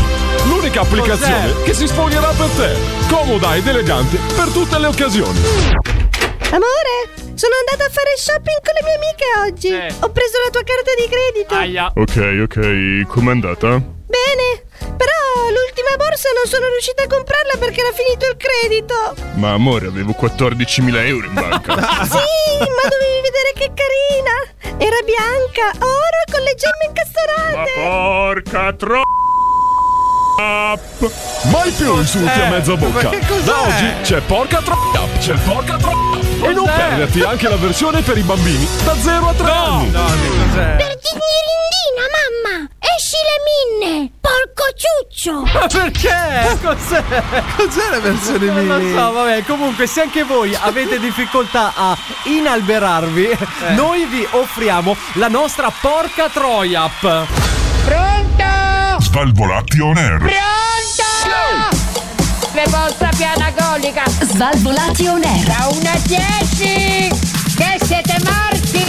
O: L'unica applicazione che si sfoglierà per te, comoda ed elegante per tutte le occasioni.
L: Amore, sono andata a fare shopping con le mie amiche oggi. Ho preso la tua carta di credito.
P: Ok, ok, com'è andata?
L: Bene, però l'ultima borsa non sono riuscita a comprarla perché era finito il credito.
P: Ma amore, avevo 14.000 euro in
H: *laughs*
P: banca.
L: *laughs* Sì, ma dovevi vedere che carina! Era bianca, oro con le gemme incastonate!
P: Porca tro...
O: Mai più insulti a mezza bocca.
P: Eh, ma che cos'è? Cioè.
O: Da oggi c'è porca troia, c'è porca troia. E non perderti anche la versione per i bambini da 0 a 3 anni.
S: Eh.
L: Per Signorindina, mamma! Esci le minne! Porco ciuccio!
I: Ma
H: *laughs*
I: perché? Cos'è?
H: Cos'è la versione mini?
I: Non lo so, vabbè, comunque se anche voi avete difficoltà a inalberarvi,
H: Eh.
I: noi vi offriamo la nostra porca troia app.
L: Pronto!
P: Svalvolati on air.
L: Pronto!
A: vostra pianagolica.
T: Svalvolati on air.
A: Da 1 a 10 che siete morti.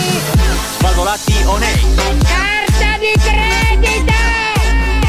S: Svalvolati on air.
A: Carta di credito.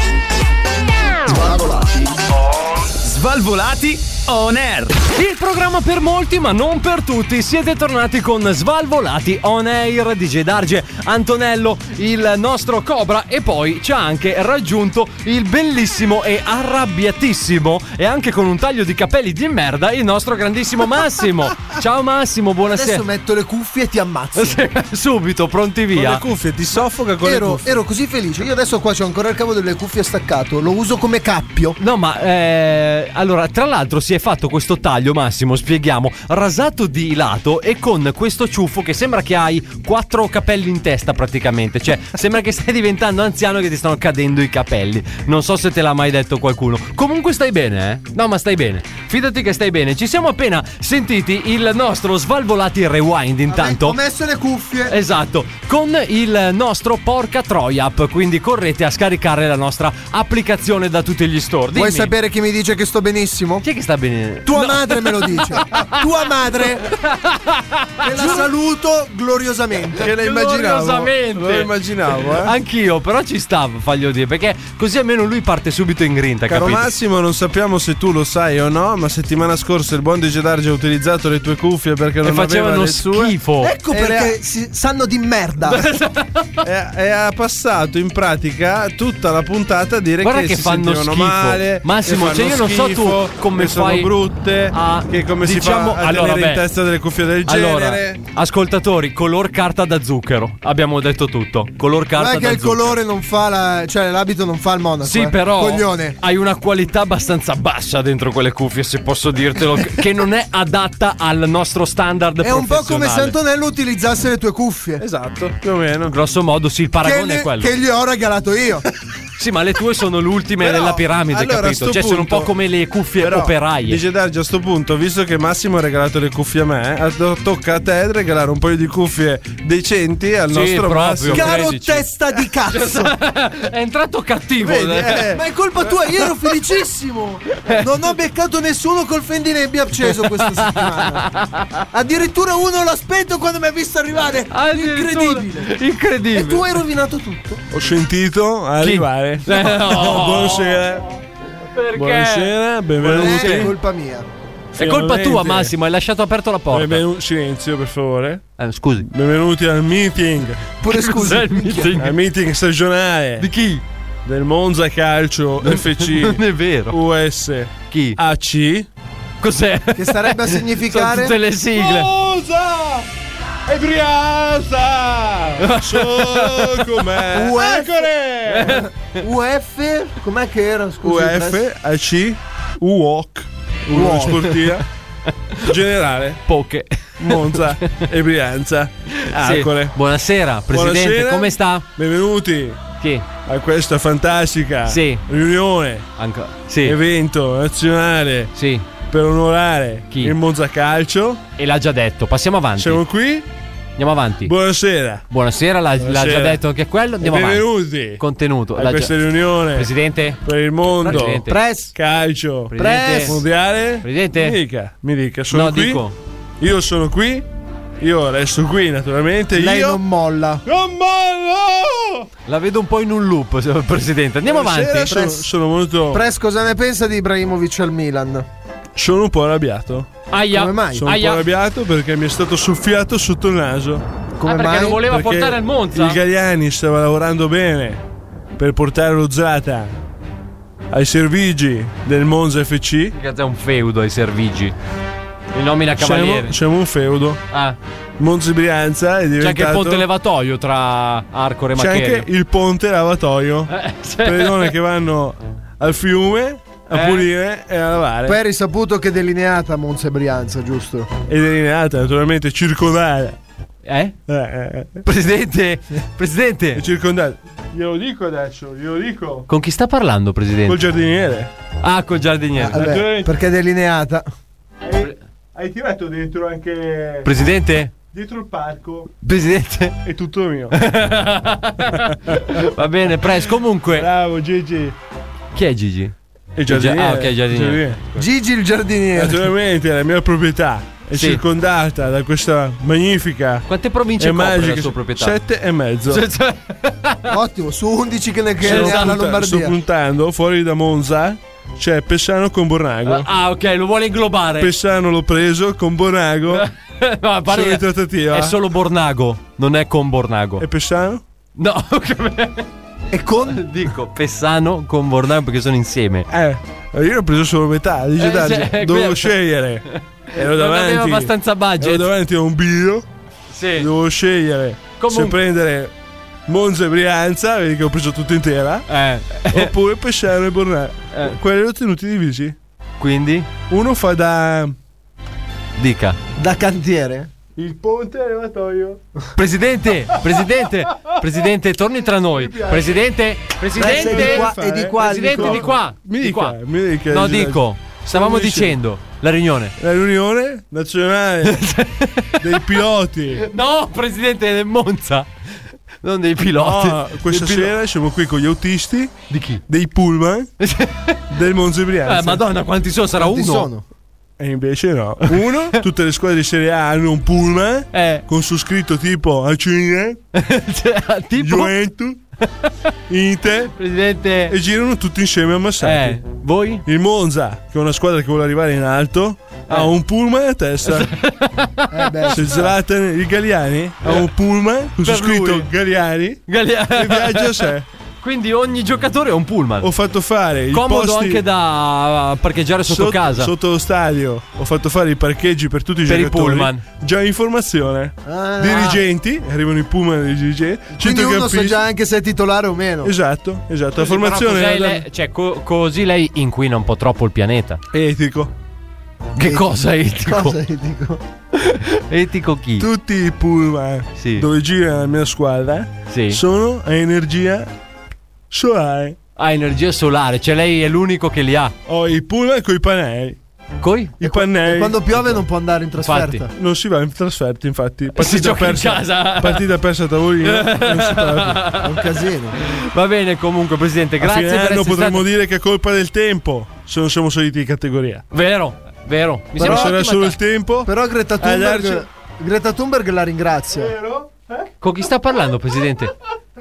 S: Svalvolati on Svalvolati on air.
I: Il programma per molti, ma non per tutti. Siete tornati con Svalvolati on air DJ Darge, Antonello, il nostro Cobra e poi ci ha anche raggiunto il bellissimo e arrabbiatissimo e anche con un taglio di capelli di merda il nostro grandissimo Massimo.
B: *laughs*
I: Ciao Massimo, buonasera. *laughs*
U: Adesso metto le cuffie e ti ammazzo.
I: Subito, pronti via.
B: Con le cuffie, ti soffoca con le
U: Ero,
B: cuffie.
U: ero così felice. Io adesso qua c'ho ancora il cavo delle cuffie staccato. Lo uso come cappio.
I: No, ma eh, allora, tra l'altro, si è fatto questo taglio, Massimo, spieghiamo, rasato di lato e con questo ciuffo che sembra che hai quattro capelli in testa praticamente. Cioè, sembra che stai diventando anziano e che ti stanno cadendo i capelli. Non so se te l'ha mai detto qualcuno. Comunque stai bene, eh? No, ma stai bene. Fidati che stai bene. Ci siamo appena sentiti il nostro svalvolati rewind intanto.
U: Ho messo le cuffie.
I: Esatto, con il nostro porca troia app, quindi correte a scaricare la nostra applicazione da tutti gli store. Dimmi.
U: Vuoi sapere chi mi dice che sto benissimo?
I: Chi è che sta bene?
U: Tua madre me lo
I: *laughs*
U: dice. Tua madre. Te la saluto gloriosamente.
B: Che la immaginavo.
I: Gloriosamente.
B: Lo immaginavo, eh.
I: Anch'io, però ci stavo, faglio dire, perché così almeno lui parte subito in grinta,
B: Caro
I: capito?
B: Massimo, non sappiamo se tu lo sai o no, ma settimana scorsa il buon DJ Darge ha utilizzato le tue cuffie perché non aveva
I: facevano
B: le sue.
I: schifo.
U: Ecco
B: E
U: perché si- sanno di merda.
B: e, e ha passato in pratica tutta la puntata a dire
I: Guarda
B: che,
I: che
B: si
I: fanno
B: sentivano
I: schifo.
B: male.
I: Massimo,
B: che
I: cioè,
B: fanno
I: io non so tu
B: schifo,
I: come
B: che sono
I: fai
B: brutte,
I: a-
B: che come
I: diciamo-
B: si fa a
I: allora,
B: tenere in
I: beh.
B: testa delle cuffie del genere.
I: Allora, ascoltatori, color carta da zucchero. Abbiamo detto tutto. Color carta
U: Non è
I: da
U: che il
I: zucchero.
U: colore non fa la. cioè l'abito non fa il monaco.
I: Sì,
U: eh.
I: però
U: Coglione.
I: hai una qualità abbastanza bassa dentro quelle cuffie, se posso dirtelo, che- che non è adatta al nostro standard
U: È un po' come se
I: professionale.
U: Antonello utilizzasse le tue cuffie.
B: Esatto, più o meno.
I: Grosso modo, sì, il
U: Che,
I: paragone
U: ne-
I: è quello.
U: che gli ho regalato io.
I: Sì, ma le tue sono l'ultima
B: Però,
I: della piramide,
B: allora, a
I: capito?
B: sto
I: Cioè, sono un
B: punto-
I: po' come le cuffie
B: Però,
I: operaie.
B: Dice Dargio a sto punto, visto che Massimo ha regalato le cuffie a me, eh, to- tocca a te regalare un paio di cuffie decenti al
I: Sì,
B: nostro
I: proprio,
B: Massimo.
I: Caro
U: Caro testa di cazzo.
I: *laughs* è entrato cattivo.
B: Vedi, eh.
U: Ma è colpa tua, io ero felicissimo. Non ho beccato nessuno col fendinebbia acceso questa settimana.
I: *laughs*
U: Addirittura uno l'aspetto quando mi ha visto arrivare. Incredibile.
I: Incredibile.
U: E tu hai rovinato tutto.
B: Ho sentito arrivare.
I: Eh, no.
B: *laughs* Buonasera.
I: Perché?
B: Buonasera, benvenuti.
U: È colpa mia.
I: È colpa tua,
B: Finalmente.
I: Massimo, hai lasciato aperto la porta.
B: Benvenuti, silenzio per favore.
I: Eh, scusi.
B: Benvenuti al meeting. *laughs*
U: Pure scusi.
I: Cos'è il
U: minchia.
I: meeting?
B: Al meeting stagionale.
I: Di chi?
B: Del Monza
U: *laughs*
B: Calcio FC.
I: Non è vero.
B: US.
I: Chi?
B: AC.
I: Cos'è? *laughs*
U: Che sarebbe a significare. Oh!
I: Sono tutte le sigle.
V: Cosa? E
B: *laughs*
V: Brianza! Solo
B: Eh,
V: com'è! Eccole!
U: *laughs* UF. Com'è che era? Scusi.
B: UF, AC, UOC, Unione
U: Uoc.
I: *laughs*
B: Sportiva, Generale,
I: Poche. *laughs*
B: Monza e Brianza.
I: Sì.
B: Arcore.
I: Buonasera, presidente,
B: Ah, Buonasera.
I: come sta?
B: Benvenuti
I: Chi?
B: a questa fantastica
I: Sì.
B: riunione,
I: Ancora. Sì.
B: evento nazionale
I: sì.
B: per onorare
I: Chi?
B: il Monza Calcio.
I: E l'ha già detto. Passiamo avanti.
B: Siamo qui.
I: Andiamo avanti.
B: Buonasera.
I: Buonasera, l'ha, l'ha già
B: Buonasera.
I: detto anche quello. Andiamo avanti.
B: Benvenuti
I: Contenuto.
B: a
I: l'ha
B: questa
I: già-
B: riunione
I: Presidente?
B: per il mondo.
I: Presidente.
U: Press.
B: Calcio.
I: Presidente.
B: Press. Mondiale.
I: Presidente?
B: Mi dica, mi dica, sono
I: No,
B: qui.
I: dico.
B: Io sono qui. Io resto qui, naturalmente.
U: Lei
B: io
U: non molla.
B: Non mollo!
I: La vedo un po' in un loop, signor Presidente. Andiamo
B: Buonasera,
I: avanti.
B: Sono, sono molto.
U: Pres, cosa ne pensa di Ibrahimovic al Milan?
B: Sono un po' arrabbiato.
I: Aia.
U: Come mai?
B: Sono
I: Aia.
B: un po' arrabbiato perché mi è stato soffiato sotto il naso.
U: Come
I: Ah, perché
U: mai?
I: lo voleva
B: Perché
I: portare al Monza?
B: Il Galiani stava lavorando bene per portare lo Zlatan ai servigi del Monza FC.
I: Ragazzi, è un feudo ai servigi. Il nomina
B: Siamo,
I: cavaliere.
B: siamo un feudo.
I: Ah,
B: Monza Brianza è
I: c'è anche il
B: diventato
I: ponte levatoio tra Arcore e
B: c'è
I: Macherio.
B: anche il ponte lavatoio
I: Eh, *laughs* sì.
B: per le donne che vanno al fiume a
I: Eh.
B: pulire e a lavare
U: Poi hai risaputo che è delineata Monza e Brianza, giusto?
B: è delineata naturalmente circondare
I: Eh?
B: Eh, eh, eh.
I: Presidente,
B: è
I: *laughs* Presidente,
B: circondata glielo dico adesso glielo dico
I: con chi sta parlando,
B: col
I: Presidente?
B: giardiniere
I: Ah, col giardiniere.
U: Vabbè,
B: Naturalmente.
U: perché è delineata.
V: Hai, hai tirato dentro anche
I: Presidente?
V: dietro il palco.
B: *laughs*
I: Presidente?
V: È tutto
I: *laughs*
V: mio.
I: Va bene, Pres. Comunque,
V: Bravo Gigi.
I: chi è Gigi?
B: Il giardiniere.
I: Ah, ok, il giardiniere.
B: Gigi il giardiniere. Naturalmente, la mia proprietà è
I: Sì.
B: circondata da questa magnifica.
I: Quante province
B: e
I: copre la
B: magica-
I: sua proprietà?
B: Sette e mezzo.
I: Cioè,
U: Ottimo, su 11 che ne che
B: Sto
U: ne ha
B: punta-
U: la
B: sto
U: Lombardia.
B: puntando fuori da Monza. C'è Pessano con Bornago.
I: Ah, ok, lo vuole inglobare.
B: Pessano l'ho preso con Bornago.
I: *laughs* No, a
B: Sono
I: parte che-
B: in trattativa.
H: È solo Bornago, non è con Bornago.
B: E Pessano?
I: No, *laughs*
H: E con? Dico, Pessano con Bornago perché sono insieme.
B: Eh, io ho preso solo metà. Dice,
H: Eh,
B: dai,
H: sì,
B: dice,
H: eh,
B: dovevo
H: quello-
I: *laughs*
B: scegliere. Ero
I: cioè, Non
B: davanti.
I: avevo abbastanza budget.
B: Ero davanti a un biro.
I: Sì.
B: Dovevo scegliere
I: Comunque-
B: se prendere Monza e Brianza, vedi che ho preso tutta intera.
I: Eh.
B: *laughs* Oppure Pesciano e Bornare. Quelli li ho tenuti divisi.
H: Quindi?
B: Uno fa da.
H: Dica.
U: Da cantiere?
B: Il ponte arrivatoio.
I: Presidente, presidente, presidente, torni tra noi.
B: piace.
I: Presidente, presidente,
B: Dai, sei di qua e di qua,
I: presidente
B: Nicola.
I: di qua.
B: Mi
I: di
B: dica,
I: qua.
B: mi dica,
I: no,
B: Gigi,
I: dico, stavamo
B: Come Eh. dice?
I: dicendo la riunione.
B: La riunione
I: *laughs*
B: nazionale dei piloti.
I: No, presidente del Monza. Non dei piloti.
B: No, Ah, questa
I: Dei pilo-
B: sera siamo qui con gli autisti. Di chi? Dei
I: *laughs*
B: pullman del Monza e Brianza.
I: Eh, madonna, quanti sono? Sarà uno?
B: E invece no. Uno, *laughs* tutte le squadre di Serie A hanno un pullman
I: Eh.
B: con su scritto tipo
I: *laughs*
B: Acine, Juventus, Inter
I: Presidente.
B: e girano tutti insieme ammassati.
I: Eh, voi?
B: Il Monza, che è una squadra che vuole arrivare in alto,
I: Eh.
B: ha un pullman a
I: *laughs*
B: testa. Se Zlatan, il Galliani, ha un pullman con su
I: Eh. Per
B: scritto
I: lui.
B: Galliani
I: Gallia-
B: e viaggia a sé.
I: *laughs* Quindi ogni giocatore è un pullman.
B: Ho fatto fare i
I: Comodo
B: posti-
I: anche da uh, parcheggiare sotto,
B: Sotto-
I: casa.
B: Sotto lo stadio ho fatto fare i parcheggi per tutti i
I: Per i
B: giocatori.
I: pullman.
B: Già in formazione.
U: Ah.
B: Dirigenti, arrivano i pullman dei dirigenti.
U: Quindi uno sa
B: centrocampisti.
U: già anche se è titolare o meno.
B: Esatto, esatto.
I: Così,
B: la formazione
I: però
B: è
I: così lei- cioè, co- così lei inquina un po' troppo il pianeta.
B: etico.
I: Che cosa è etico?
U: Cosa dico?
I: Etico chi?
B: Tutti i pullman
I: Sì.
B: dove gira la mia squadra
I: Sì.
B: sono a energia solare.
I: Ha energia solare, cioè lei è l'unico che li ha.
B: Ho i pullman con i pannelli.
I: Coi?
B: I pannelli.
U: Quando piove non può andare in trasferta.
I: Infatti.
B: Non si va in trasferta, infatti.
I: si gioca in casa.
B: Partita persa a tavolino. non si parla.
U: È un casino.
I: Va bene comunque, presidente,
B: a
I: grazie
B: fine
I: per
B: anno
I: essere
B: potremmo
I: stato-
B: dire che è colpa del tempo se non siamo saliti di categoria.
I: *laughs* Vero, vero. Mi
B: Però
I: sembra
B: sarà solo il tempo.
U: Però Greta
B: a darci-
U: Thunberg, Greta Thunberg la ringrazia.
I: Con chi sta parlando, presidente?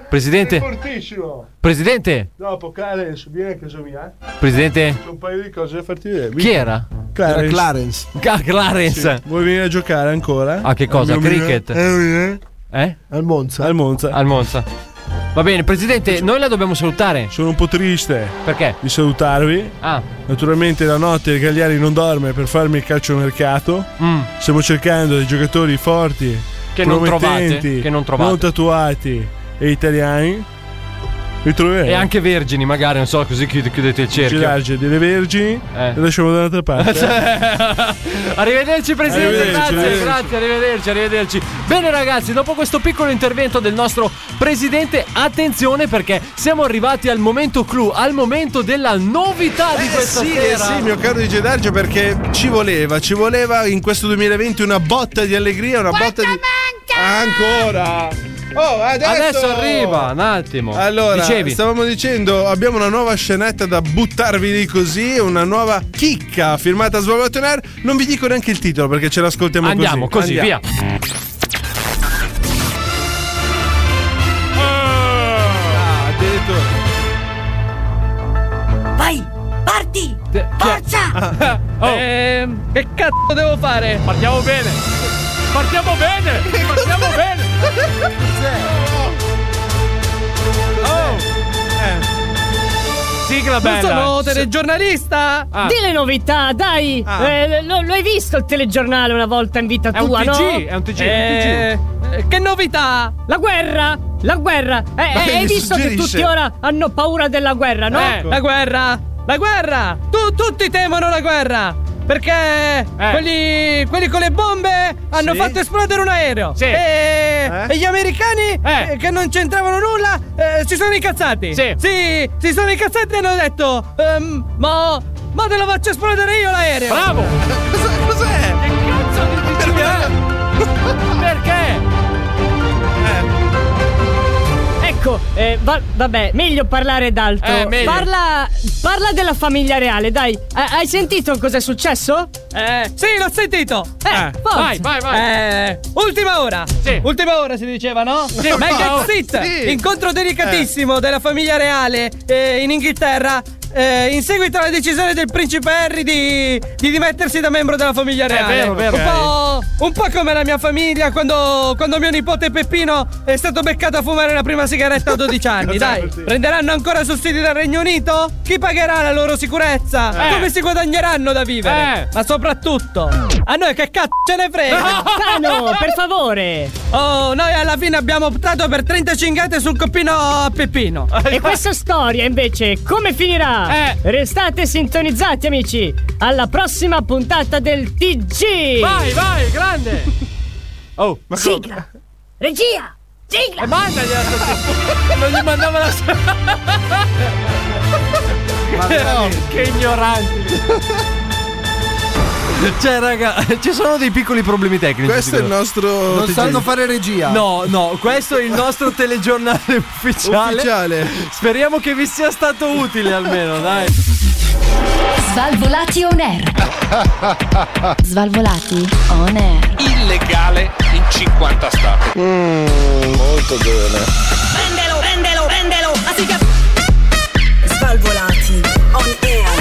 I: Presidente?
B: fortissimo.
I: Presidente?
B: Dopo Clarence, vieni a casa mia.
I: Presidente?
B: C'ho eh. un paio di cose da farti vedere.
I: Chi era?
B: Clarence. *laughs*
U: Era Clarence.
I: Ca- Clarence.
B: Sì. Vuoi venire a giocare ancora?
I: A Ah, che cosa?
B: Al mio
I: Cricket?
B: Milan? Eh,
I: Eh?
U: Al Monza.
B: Al Monza.
I: Al Monza. Va bene, presidente, noi la dobbiamo salutare.
B: Sono un po' triste
I: Perché?
B: di salutarvi.
I: Ah,
B: Naturalmente la notte il Gagliari non dorme per farmi il calciomercato.
I: mm,
B: Stiamo cercando dei giocatori forti,
I: Che non
B: promettenti,
I: trovate, che non trovate.
B: tatuati e italiani. Li troveremo.
I: E anche vergini, magari, non so, così chiud- chiudete il cerchio.
B: girarci delle vergini
I: Eh.
B: e lasciamo
I: *laughs*
B: dall'altra parte.
I: Arrivederci presidente,
B: Arrivederci,
I: grazie,
B: arrivederci.
I: grazie, arrivederci, arrivederci. Bene ragazzi, dopo questo piccolo intervento del nostro presidente, attenzione perché siamo arrivati al momento clou, al momento della novità di questa
B: sì, eh
I: sera.
B: sì, mio caro DJ Darge, perché ci voleva, ci voleva in questo 2020 una botta di allegria, una botta di. Ancora! Oh, adesso...
I: Adesso arriva, un attimo.
B: Allora,
I: Dicevi. *laughs*
B: stavamo dicendo, abbiamo una nuova scenetta da buttarvi lì così, una nuova chicca firmata Svalbard Air. Non vi dico neanche il titolo perché ce l'ascoltiamo
I: Andiamo, così,
B: Andiamo.
I: via.
B: Ah, addirittura.
C: Vai, parti!
M: *laughs*
C: Forza!
I: Eh.
M: Ehm, che cazzo devo fare? Partiamo bene. Partiamo bene.
C: *laughs*
M: Partiamo bene.
B: Oh, eh,
M: Sigla
C: bella.
M: Sono telegiornalista.
C: Ah. Di le novità, dai!
M: Ah.
C: Eh, lo, lo hai visto il telegiornale una volta in vita
M: un
C: tua,
M: TG,
C: no?
M: è un TG,
C: Eh,
M: è un TG.
C: eh, Che novità! La guerra! La guerra! Eh, eh,
M: Ma che
C: hai
M: mi
C: visto che
M: suggerisce?
C: tutti ora hanno paura della guerra, no?
M: Eh, la guerra! La guerra! Tu- tutti temono la guerra! Perché quelli, quelli con le bombe hanno
C: Eh. Sì.
M: fatto esplodere un aereo.
C: Sì.
M: E,
C: Eh?
M: e gli americani, eh, che non c'entravano nulla, eh, si sono incazzati. Sì. si sono incazzati e hanno detto: ehm, Ma. Ma te lo faccio esplodere io l'aereo!
C: Bravo.
M: Cos'è? *laughs* Che cazzo di Perché? Eh.
C: Ecco, Marco, eh, va- vabbè, meglio parlare d'altro.
W: Eh, meglio.
C: Parla, parla della famiglia reale, dai. Eh, hai sentito cosa è successo?
M: Eh, sì, l'ho sentito! Eh, forza.
C: vai, vai, vai.
M: Eh, ultima ora! Sì. Ultima ora si diceva, no?
C: Sì,
M: Meghan
C: no.
M: Zit!
C: Sì. Eh.
M: Incontro delicatissimo della famiglia reale eh, in Inghilterra. eh, in seguito alla decisione del principe Harry di, di dimettersi da membro della
C: Eh,
M: famiglia reale,
B: vero, vero.
M: Un, po', un po' come la mia famiglia quando, quando mio nipote Peppino è stato beccato a fumare la prima sigaretta a
C: *laughs*
M: 12 anni. Dai, prenderanno ancora sussidi dal Regno Unito? Chi pagherà la loro sicurezza?
C: Eh.
M: Come si guadagneranno da vivere? Ma soprattutto, a noi che cazzo ce ne
C: *laughs*
M: frega?
C: Tano, per favore!
M: Oh, noi alla fine abbiamo optato per 30 cingate sul coppino a Peppino.
B: *laughs*
C: E questa storia invece come finirà?
B: Eh.
C: Restate sintonizzati amici alla prossima puntata del TG!
B: Vai, vai,
C: *laughs*
B: grande!
C: Oh, ma sigla! Regia! Sigla!
B: mandagli la Non gli mandava la
I: che
B: *laughs*
I: ignoranti. Cioè, raga, *laughs* ci sono dei piccoli problemi tecnici.
H: Questo è il nostro.
I: Non
H: sanno fare
I: regia. No, no, questo è il nostro telegiornale *laughs* ufficiale.
H: Ufficiale.
I: Speriamo che vi sia stato utile almeno, dai.
F: Svalvolati on air. Svalvolati on air.
D: Illegale in 50 stati. Mm, molto bene.
X: Prendelo, prendelo, prendelo. Asica. Svalvolati. On air.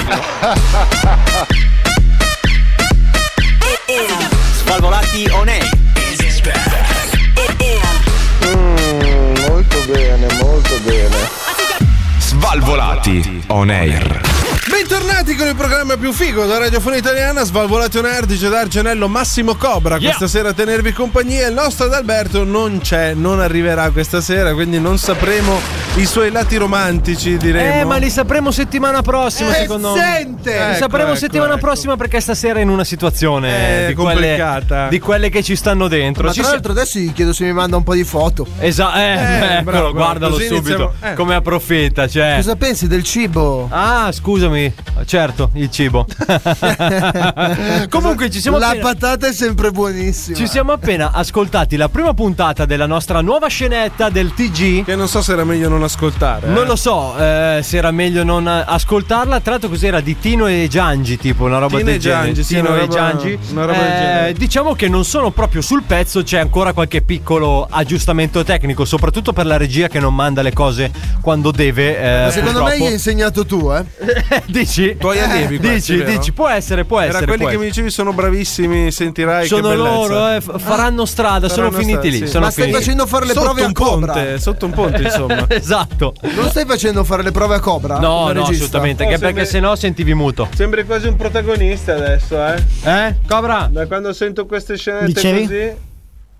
G: Svalvolati on air.
D: Mm, molto bene, molto bene. Svalvolati on air.
H: Bentornati con il programma più figo della radiofonia italiana, Svalvolato Nerd, Gedar Genello Massimo Cobra. Questa sera a tenervi compagnia. Il nostro Adalberto non c'è, non arriverà questa sera, quindi non sapremo i suoi lati romantici, diremo.
I: Eh, ma li sapremo settimana prossima,
H: Eh,
I: secondo
H: sente!
I: me. Li
H: Ecco,
I: sapremo
H: ecco,
I: settimana
H: ecco.
I: prossima perché stasera è in una situazione
H: Eh,
I: di quelle-
H: complicata.
I: di quelle che ci stanno dentro.
U: Ma
I: Ci
U: tra
I: si-
U: l'altro adesso gli chiedo se mi manda un po' di foto.
I: Esatto, eh, eccolo,
U: bravo,
I: guardalo
U: così
I: subito.
U: iniziamo- eh.
I: Come approfitta, cioè.
U: Cosa pensi del cibo?
I: Ah, scusami, certo, il
U: *laughs*
I: cibo. *laughs* Comunque ci siamo
U: La
I: appena-
U: patata è sempre buonissima.
I: Ci siamo appena ascoltati la prima puntata della nostra nuova scenetta del TG.
H: Che non so se era meglio non ascoltare.
I: Non lo so eh, se era meglio non ascoltarla. Tra l'altro, cos'era di Tino e Giangi? Tipo una roba
H: Tino
I: del
H: e
I: genere.
H: Giangi, sì,
I: Tino
H: una
I: e
H: roba-
I: Giangi.
H: una roba del
I: Eh,
H: genere.
I: Diciamo che non sono proprio sul pezzo. C'è ancora qualche piccolo aggiustamento tecnico, soprattutto per la regia che non manda le cose quando deve. eh,
U: Ma Secondo me gli
I: purtroppo.
U: hai insegnato tu, eh.
I: *laughs* dici?
U: Tuoi allievi questi,
I: Dici,
U: vero?
I: dici, può essere, può
H: Era
I: essere.
H: quelli
I: può
H: che mi dicevi sono bravissimi, sentirai
I: Sono
H: che bellezza.
I: loro, eh, f- faranno strada, sono
H: Faranno
I: finiti
H: strada,
I: lì,
H: sì.
I: sono
U: Ma stai
I: finiti.
U: facendo fare le
H: Sotto
U: prove a
H: un
U: Cobra.
H: ponte, sotto un ponte, insomma.
I: *laughs* esatto.
U: Non stai facendo fare le prove a Cobra?
I: No,
U: Ah, Come
I: no,
U: regista?
I: assolutamente,
U: Oh,
B: Eh,
I: che
U: sembra-
I: perché sennò sentivi muto.
H: Sembri quasi un protagonista adesso, eh?
I: Eh? Cobra?
H: Da quando sento queste scenette
I: Dicevi?
H: così.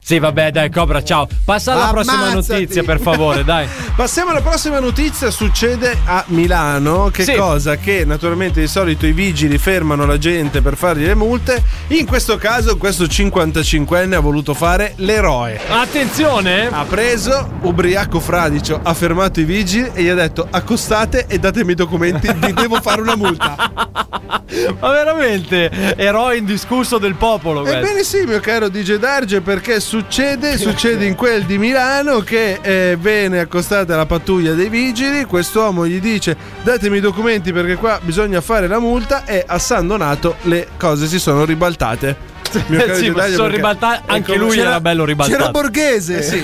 I: Sì, vabbè, dai, Cobra, ciao. Passa alla prossima
H: Ammazzati.
I: notizia, per favore, dai.
U: *laughs*
H: Passiamo alla prossima notizia, succede a Milano, che
I: Sì.
H: cosa? Che naturalmente di solito i vigili fermano la gente per fargli le multe, in questo caso questo 55enne ha voluto fare l'eroe.
I: Attenzione!
H: Ha preso ubriaco fradicio, ha fermato i vigili e gli ha detto accostate e datemi i documenti, vi devo fare una multa.
I: *laughs* Ma veramente, eroe indiscusso del popolo, questo.
H: Ebbene sì, mio caro DJ Darge, perché succede, succede in quel di Milano che eh, viene accostata la pattuglia dei vigili, quest'uomo gli dice datemi i documenti perché qua bisogna fare la multa e a San Donato le cose si sono ribaltate.
I: *laughs*
H: Mio caro
I: Eh Sì,
H: DJ
I: ma si
H: Darge,
I: sono
H: perché-
I: ribaltate-
H: è
I: anche
H: come-
I: lui era bello ribaltato.
H: C'era Borghese.
I: Eh sì.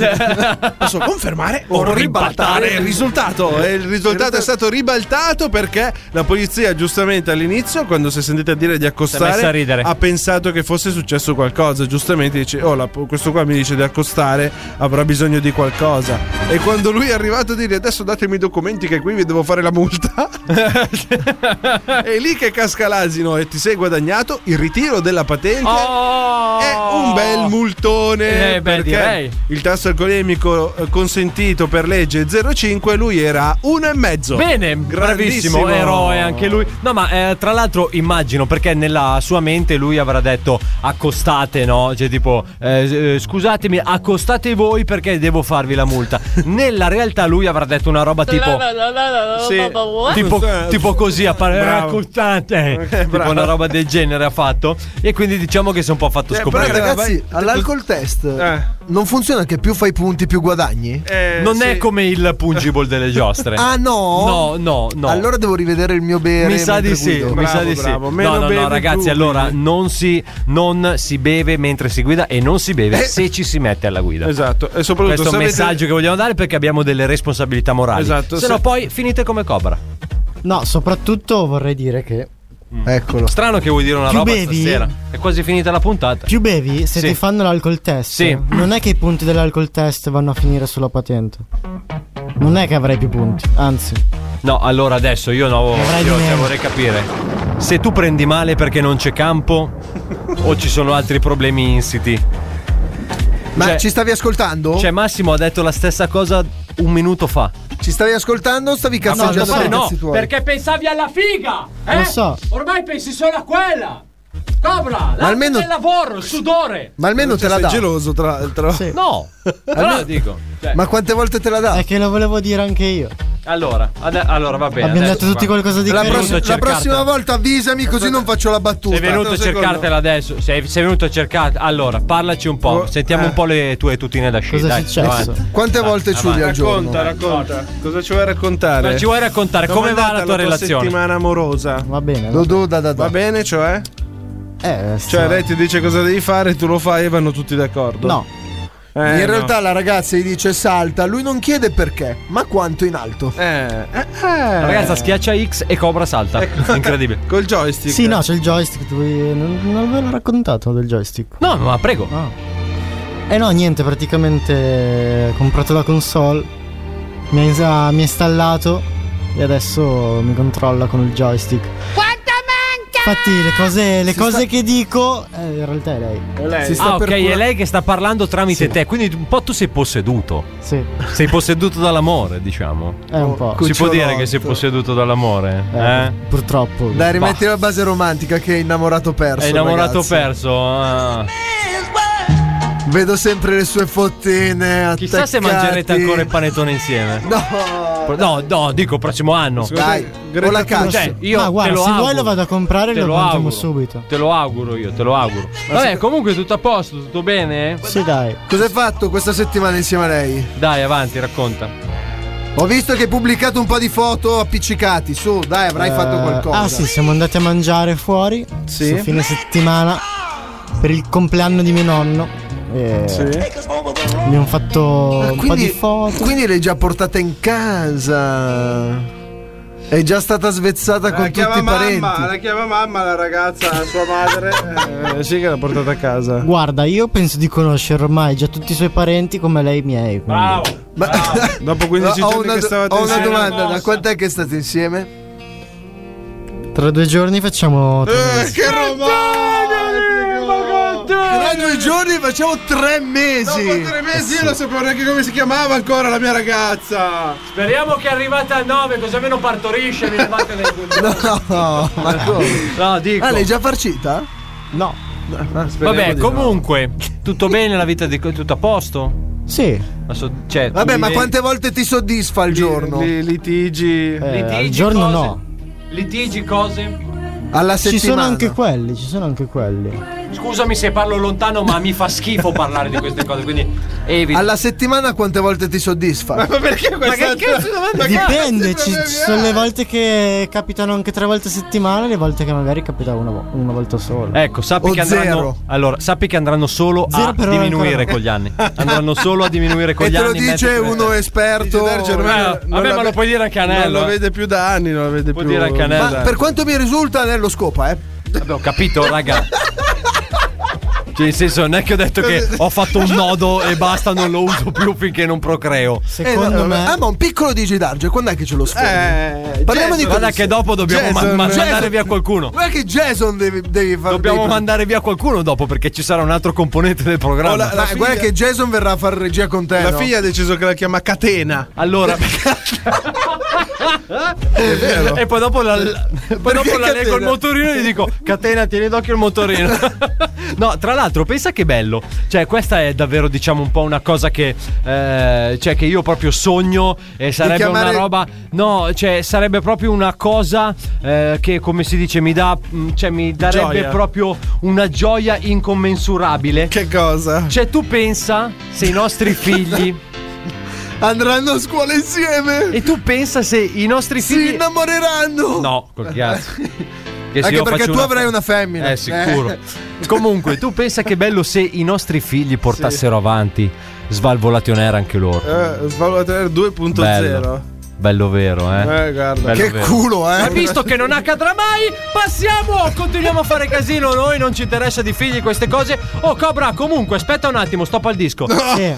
H: Posso confermare
I: O
H: o ribaltare
I: ribaltare.
H: il risultato? E il risultato è stato ribaltato perché la polizia giustamente all'inizio quando si è sentita dire di accostare
I: messa a ridere.
H: ha pensato che fosse successo qualcosa. Giustamente dice: Oh, la- questo qua mi dice di accostare, avrà bisogno di qualcosa. E quando lui è arrivato a dire: Adesso datemi i documenti, che qui vi devo fare la
I: *laughs*
H: multa. è lì che casca l'asino e ti sei guadagnato il ritiro della patente.
I: Oh,
H: È un bel multone.
I: Eh, beh,
H: perché
I: direi.
H: il tasso alcolemico eh, consentito per legge è 0,5, lui era 1,5.
I: Bene,
H: Grandissimo.
I: bravissimo eroe
U: Oh.
I: anche lui. No, ma eh, tra l'altro immagino perché nella sua mente lui avrà detto accostate, no? Cioè tipo eh, eh, scusatemi, accostate voi perché devo farvi la
U: *laughs*
I: multa. nella realtà lui avrà detto una roba *laughs* tipo Sì, tipo, tipo così a parlare
H: Bravo.
I: accostate, *laughs* tipo
U: Eh,
H: bravo.
I: una roba del genere ha fatto e quindi diciamo che si è un po' fatto
U: Eh,
I: scoprire.
U: Però ragazzi, all'alcol test
I: Eh.
U: non funziona che più fai punti più guadagni?
I: non è come il pungible delle giostre.
U: eh, Ah no?
I: No, no, no.
U: Allora devo rivedere il mio bere.
I: mi sa di
U: mentre
I: sì,
U: guido.
I: mi sa di sì. No, no, no, ragazzi, allora non si, non si beve mentre si guida e non si beve
H: Eh.
I: se ci si mette alla guida.
H: Esatto, e soprattutto
I: questo è
H: se
I: un
H: avete-
I: messaggio che vogliamo dare perché abbiamo delle responsabilità morali.
H: Esatto,
I: se no
H: se-
I: poi finite come Cobra.
J: No, soprattutto vorrei dire che
H: Mm.
U: Eccolo.
I: Strano che vuoi dire una
J: Più
I: roba
J: bevi-
I: stasera. È quasi finita la puntata.
J: più bevi se
I: Sì.
J: ti fanno l'alcol test.
I: Sì.
J: Non è che i punti dell'alcol test vanno a finire sulla patente. Non è che avrai più punti, anzi.
I: No, allora adesso io no, io cioè, vorrei capire. Se tu prendi male perché non
J: *laughs*
I: c'è campo o ci sono altri problemi insiti.
U: Ma ci stavi ascoltando?
I: Cioè Massimo ha detto la stessa cosa un minuto fa.
U: Ci stavi ascoltando o stavi
I: No,
U: cazzeggiando
I: no,
U: per i
I: no,
U: cazzi tuoi?
B: Perché pensavi alla figa? Eh?
U: Lo so.
B: Ormai pensi solo a quella. Cobra, l'arte
U: almeno-
B: del lavoro, il sudore.
U: Ma almeno te la dà.
H: sei geloso tra,
U: *laughs*
I: No,
B: però dico. cioè,
U: Ma quante volte te la dà?
J: È che lo volevo dire anche io.
I: Allora, ade- allora va bene.
J: Abbiamo
I: adesso
J: detto tutti
I: guarda.
J: qualcosa di
I: La
J: carino.
I: prossima-
U: La prossima volta avvisami così non faccio la battuta.
I: Sei venuto a cercartela adesso. Sei, sei venuto a cercare. Allora, parlaci un po'. Sentiamo un po' le tue tutine da sci. dai, avanti.
U: Quante
I: Dai,
U: volte
I: avanti.
U: ciuli al giorno?
H: Racconta, racconta. Cosa ci vuoi raccontare?
I: Ma ci vuoi raccontare
H: Com'è
I: come va la
H: andata
I: tua relazione?
H: settimana amorosa?
J: Va bene.
U: Do, do, da, da, da.
H: Va bene, cioè?
J: Eh,
H: Cioè, lei ti dice cosa devi fare, tu lo fai e vanno tutti d'accordo.
U: No.
H: Eh,
U: in
H: no.
U: realtà la ragazza gli dice salta, lui non chiede perché, ma quanto in alto.
H: Eh.
I: La ragazza schiaccia X e Cobra salta. Incredibile.
H: Ecco. *laughs* Col joystick.
J: Sì, no, c'è il joystick. tu- Non, non ve l'ho raccontato del joystick.
I: No, ma prego.
J: Eh no, niente, praticamente eh, ho comprato la console, mi ha ins- ha mi ha installato e adesso mi controlla con il joystick.
X: Quanto manca?
J: Infatti le cose, le
X: Si
J: cose
X: sta-
J: che dico eh, in realtà è lei.
I: ah, ok, è lei che sta parlando tramite te, quindi un po' tu sei posseduto.
J: Sì.
I: Sei posseduto dall'amore, diciamo.
J: È un po'.
I: Si può dire che sei posseduto dall'amore? Eh?
J: Purtroppo.
U: Dai, rimetti la base romantica che è innamorato perso.
I: È innamorato
U: ragazzi.
I: perso. ah.
U: Vedo sempre le sue fottine.
I: Chissà se
U: attaccati.
I: mangerete ancora il panettone insieme.
U: No,
I: no, no, dico prossimo anno.
U: Dai, o la caccia.
I: Cioè, io
J: Ma guarda,
I: te lo
J: se
I: auguro.
J: vuoi lo vado a comprare e
I: Te
J: lo
I: lo
J: mangiamo
I: auguro.
J: subito.
I: Te lo auguro io, te lo auguro. Vabbè, Eh, comunque tutto a posto, tutto bene?
J: Sì, dai.
U: Cos'hai fatto questa settimana insieme a lei?
I: Dai, avanti, racconta.
U: Ho visto che hai pubblicato un po' di foto appiccicati. Su, dai, avrai
J: Eh,
U: fatto qualcosa.
J: Ah sì, siamo andati a mangiare fuori
U: Sì.
J: su fine settimana per il compleanno di mio nonno. E
U: Eh.
J: Abbiamo fatto
U: Ah,
J: un po' di foto.
U: Quindi l'hai già portata in casa. È già stata svezzata con tutti
H: Eh, chiama
U: i parenti.
H: mamma, la chiama mamma la ragazza, la sua madre. *laughs* eh, sì, che l'ha portata a casa.
J: Guarda, io penso di conoscere ormai già tutti i suoi parenti come lei i miei. quindi-
H: Ah, Dopo
U: Ho
H: 15 giorni
U: una,
H: che
U: do-
H: stavate
U: ho una
H: insieme.
U: domanda, da quant'è che state insieme?
J: Tra due giorni facciamo. tre
H: Eh,
J: mesi.
U: che romantico! Tra due giorni facciamo tre mesi!
H: Dopo tre mesi io non sapevo neanche come si chiamava ancora la mia ragazza.
I: Speriamo che arrivate a 9, così almeno partorisce. Mi levate le
U: No, ma come?
I: No, dico.
U: Ah, l'hai già farcita?
J: No.
I: Vabbè, comunque, tutto bene la vita di tutto a posto?
J: Sì.
I: Ma so- cioè,
U: Vabbè,
I: tu
U: ma
I: vivi-
U: quante volte ti soddisfa il giorno?
H: litigi.
J: Eh, al
I: Litigi,
J: giorno
I: cose-
J: no.
I: Litigi, cose.
U: Alla
J: Ci sono
I: settimana.
J: anche quelli, ci sono anche quelli.
I: Scusami se parlo lontano, ma mi fa schifo parlare di queste cose, quindi evito.
U: Alla settimana quante volte ti soddisfa?
H: Ma perché questa
J: Dipende, ci ci sono le volte che capitano anche tre volte a settimana, le volte che magari capita una, vo- una volta sola.
I: Ecco, sappi
J: O
I: che andranno.
J: zero.
I: Allora, sappi che andranno solo
J: Zero
I: a
J: per ora
I: diminuire
J: ancora.
I: con gli anni. Andranno solo a diminuire con
H: E
I: gli
H: te
I: anni.
H: lo dice
I: mentre-
H: uno esperto.
U: eh,
I: Ah, vabbè, ma lo puoi dire anche a Anello.
H: Non lo
I: eh.
H: vede più da anni, non lo vede
I: Puoi
H: più.
I: dire anche a Anello.
U: Ma per quanto mi risulta, Nello scopa, eh?
I: Vabbè, ho capito, raga. Cioè, nel senso, non è che ho detto che ho fatto un nodo e basta, non lo uso più finché non procreo.
U: Eh, no, Ah, ma un piccolo digidarge, quando è che ce lo sfondi?
H: Eh,
U: Parliamo di
I: Guarda che dopo dobbiamo ma-
U: Jason,
I: ma-
U: Eh, Jason.
I: mandare via qualcuno.
U: Guarda che Jason devi, devi far
I: Dobbiamo
U: devi-
I: mandare via qualcuno dopo perché ci sarà un altro componente del
U: Oh,
I: programma.
U: la- la
I: Ma
U: guarda che Jason verrà a fare regia con te.
H: La
U: no? *laughs*
H: figlia ha deciso che la chiama Catena.
I: Allora,
H: È vero.
I: E poi dopo la, poi dopo la leggo il motorino e gli dico: Catena, tieni d'occhio il motorino.
U: *laughs*
I: no, tra l'altro, pensa che bello. Cioè, questa è davvero, diciamo, un po' una cosa che. eh, cioè, che io proprio sogno e sarebbe
B: chiamare-
I: una roba. No, cioè, sarebbe proprio una cosa eh, che, come si dice, mi dà. mm, Cioè, mi darebbe
H: Gioia.
I: proprio una gioia incommensurabile.
H: Che cosa?
I: Cioè, tu pensa se i nostri figli.
U: Andranno a scuola insieme.
I: E tu pensa se i nostri
U: figli. Si innamoreranno.
I: No, col
U: *laughs*
I: cazzo. Che se
U: Anche
I: io
U: perché
I: faccio
U: tu avrai una femmina.
I: Eh, sicuro.
U: Eh.
I: Comunque, tu pensa che bello se i nostri figli portassero avanti Svalvolationera anche loro.
H: Eh, Svalvolator 2.0.
I: Bello. Bello vero, eh.
H: Eh, guarda.
I: Bello
H: Che
I: vero.
H: culo, eh.
I: Hai visto che non accadrà mai? Passiamo, continuiamo a fare casino noi, non ci interessa di figli queste cose. Oh Cobra, comunque, aspetta un attimo, stop al disco.
U: Sì.
I: Eh,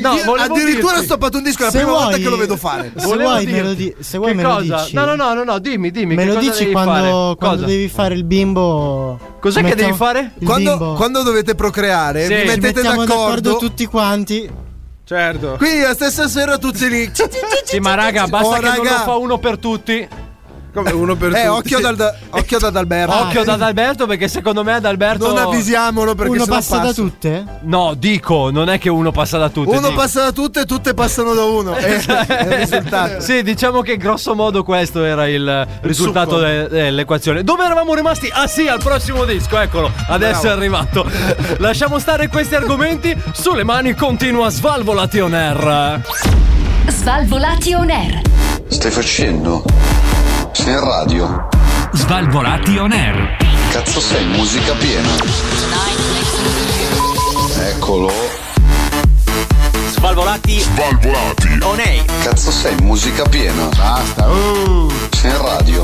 I: no,
U: Io
I: volevo
U: addirittura
I: dirti-
U: ho stoppato un disco, è la prima volta che lo vedo fare.
J: Se
I: Volevo
J: vuoi, me
I: dirti
J: lo, di- se vuoi
I: che
J: me lo
I: cosa?
J: dici.
I: No, no, no, no, no, dimmi, dimmi.
J: Me
I: che
J: lo
I: cosa
J: dici
I: devi
J: quando,
I: fare?
J: quando
I: Cosa?
J: devi fare il bimbo.
I: Cos'è
J: Ci
I: che
J: mettiamo-
I: devi fare?
J: il
U: Quando,
J: bimbo.
U: quando dovete procreare,
J: Ci
U: vi mettete
J: mettiamo d'accordo
U: d'accordo.
J: tutti quanti.
H: Certo.
U: Qui la stessa sera
J: *laughs*
U: tutti lì.
I: Sì, ma raga, basta
U: Oh,
I: che non lo
U: raga.
I: fa uno per tutti.
H: Come uno per
U: Eh, occhio, *laughs* dal- occhio ad Alberto.
I: Occhio ad Alberto perché secondo me ad Alberto
U: Non avvisiamolo perché
J: Uno
U: sennò
J: passa da
U: passa.
J: tutte?
I: No, dico, non è che uno passa da tutti.
U: Uno
I: dico.
U: passa da tutte e tutte passano da uno. Eh, è
I: *laughs*
U: il risultato.
I: Sì, diciamo che grosso modo questo era il risultato
U: succo.
I: de- dell'equazione. Dove eravamo rimasti? Ah sì, al prossimo disco, eccolo. Adesso
B: Bravo.
I: è
U: *laughs*
I: arrivato. Lasciamo stare questi argomenti. Sulle mani continua Svalvolati on air.
F: Svalvolati on air.
D: Stai facendo? Sei in radio.
B: Svalvolati on air.
D: Cazzo sei, musica piena. Eccolo.
G: Svalvolati. Svalvolati. On air.
D: Cazzo sei, musica piena. Basta. uh, Sei in radio.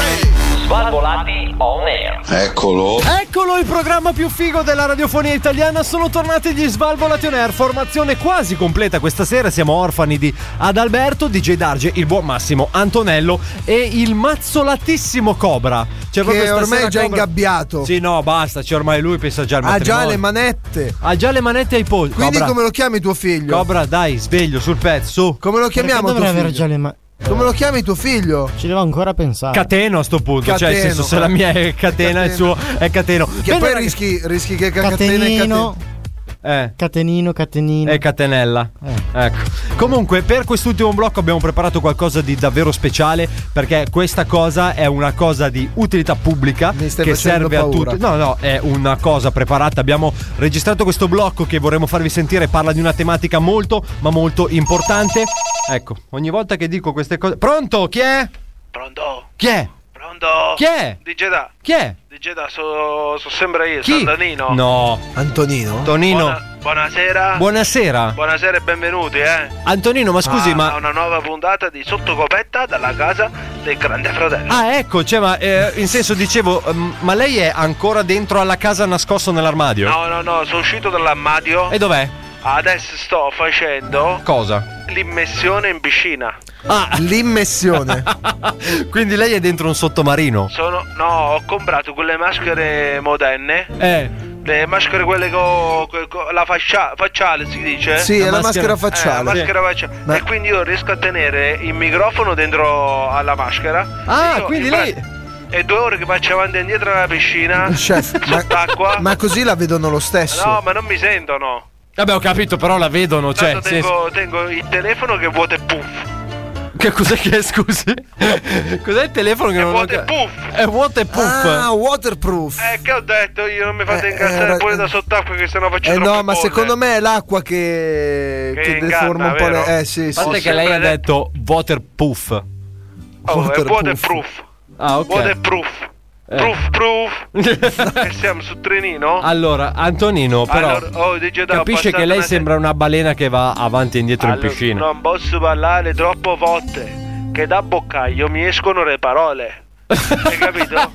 G: Svalvolati on air.
I: *laughs*
D: Eccolo.
I: Eccolo il programma più figo della radiofonia italiana. Sono tornati gli Svalvolati on Air. Formazione quasi completa questa sera. Siamo orfani di Adalberto, DJ Darge, il buon Massimo, Antonello e il mazzolatissimo Cobra. Cioè, proprio
U: Che
I: stasera
U: ormai è già
I: Cobra-
U: ingabbiato.
I: Sì, no, basta. C'è ormai lui pensa già al
U: Ha Ah, già
I: matrimonio.
U: le manette.
I: Ha già le manette ai polsi.
U: Quindi
I: Cobra,
U: come lo chiami tuo figlio?
I: Cobra, dai, sveglio sul pezzo.
U: Come lo
J: Perché
U: chiamiamo tuo
J: dovrei aver
U: figlio?
J: già le mani.
U: Come lo chiami tuo figlio?
J: Ci devo ancora pensare.
I: Cateno a sto punto, cioè nel
U: Cateno.
I: senso se la mia è catena, il suo è cateno.
U: Che
I: Bene,
U: poi
I: ragazzi-
U: rischi, rischi che catena e
J: Catenino,
I: Eh.
J: catenino, catenino. Eh.
I: E catenella. Ecco. Comunque, per quest'ultimo blocco abbiamo preparato qualcosa di davvero speciale. Perché questa cosa è una cosa di utilità pubblica
U: stai
I: che
U: facendo
I: serve
U: paura.
I: a tutti. No, no, è una cosa preparata. Abbiamo registrato questo blocco che vorremmo farvi sentire. Parla di una tematica molto, ma molto importante. Ecco, ogni volta che dico queste cose. Pronto? Chi è?
E: Pronto?
I: Chi è?
E: Pronto?
I: Chi è?
E: DJ Da.
I: Chi è?
E: DJ Da, sono sempre io,
I: Chi?
E: sono Danino.
I: No.
U: Antonino?
I: Tonino.
E: Buona- buonasera.
I: Buonasera.
E: Buonasera e benvenuti, eh.
I: Antonino, ma scusi,
E: Ah,
I: ma.
E: a una nuova puntata di Sottocopetta dalla casa del Grande Fratello.
I: Ah, ecco, cioè, ma eh, in senso dicevo, ehm, ma lei è ancora dentro alla casa nascosto nell'armadio?
E: No, no, no, sono uscito dall'armadio.
I: E dov'è?
E: Adesso sto facendo
I: Cosa?
E: l'immersione in piscina.
I: Ah,
U: l'immissione.
I: *laughs* Quindi lei è dentro un sottomarino?
E: Sono. No, ho comprato quelle maschere moderne.
I: Eh.
E: Le maschere quelle con la faccia, facciale si dice?
U: Sì, La è la maschera- maschera facciale.
E: Eh, la maschera facciale. E quindi io riesco a tenere il microfono dentro alla maschera.
I: Ah,
E: E io
I: quindi
E: in pra-
I: lei-
E: E due ore che faccio avanti e indietro alla piscina.
U: Chef, ma-
E: sott'acqua.
U: Ma così la vedono lo stesso.
E: No, ma non mi sentono.
I: Vabbè, ho capito, però la vedono, cioè.
E: Tanto
I: se-
E: tengo, tengo il telefono che è vuoto e puff.
I: Che cos'è che
E: *laughs*
I: è, scusi? cos'è il telefono che non ho
E: vuoto e puff.
U: Eh,
I: È vuoto e puff.
U: Ah, waterproof.
E: Eh, che ho detto io? Non mi fate incazzare
U: Eh, era-
E: pure da sott'acqua che sennò faccio
U: Eh
E: troppe
U: no, ma
E: bolle.
U: secondo me è l'acqua che,
E: Che
U: che
E: inganna,
U: deforma un po'
E: vero?
U: le. Eh sì, sì.
I: A parte che lei ha detto waterproof.
E: Oh, è
U: waterproof.
E: waterproof.
I: Ah, ok.
E: Waterproof. Proof, proof. che siamo sul trenino?
I: Allora, Antonino, però.
E: Allora, oh, dice da
I: capisce
E: passata
I: che lei
E: una se-
I: sembra una balena che va avanti e indietro
E: Allora,
I: in piscina. *laughs*
E: Non posso parlare troppo forte. Che da boccaglio mi escono le parole. Hai capito?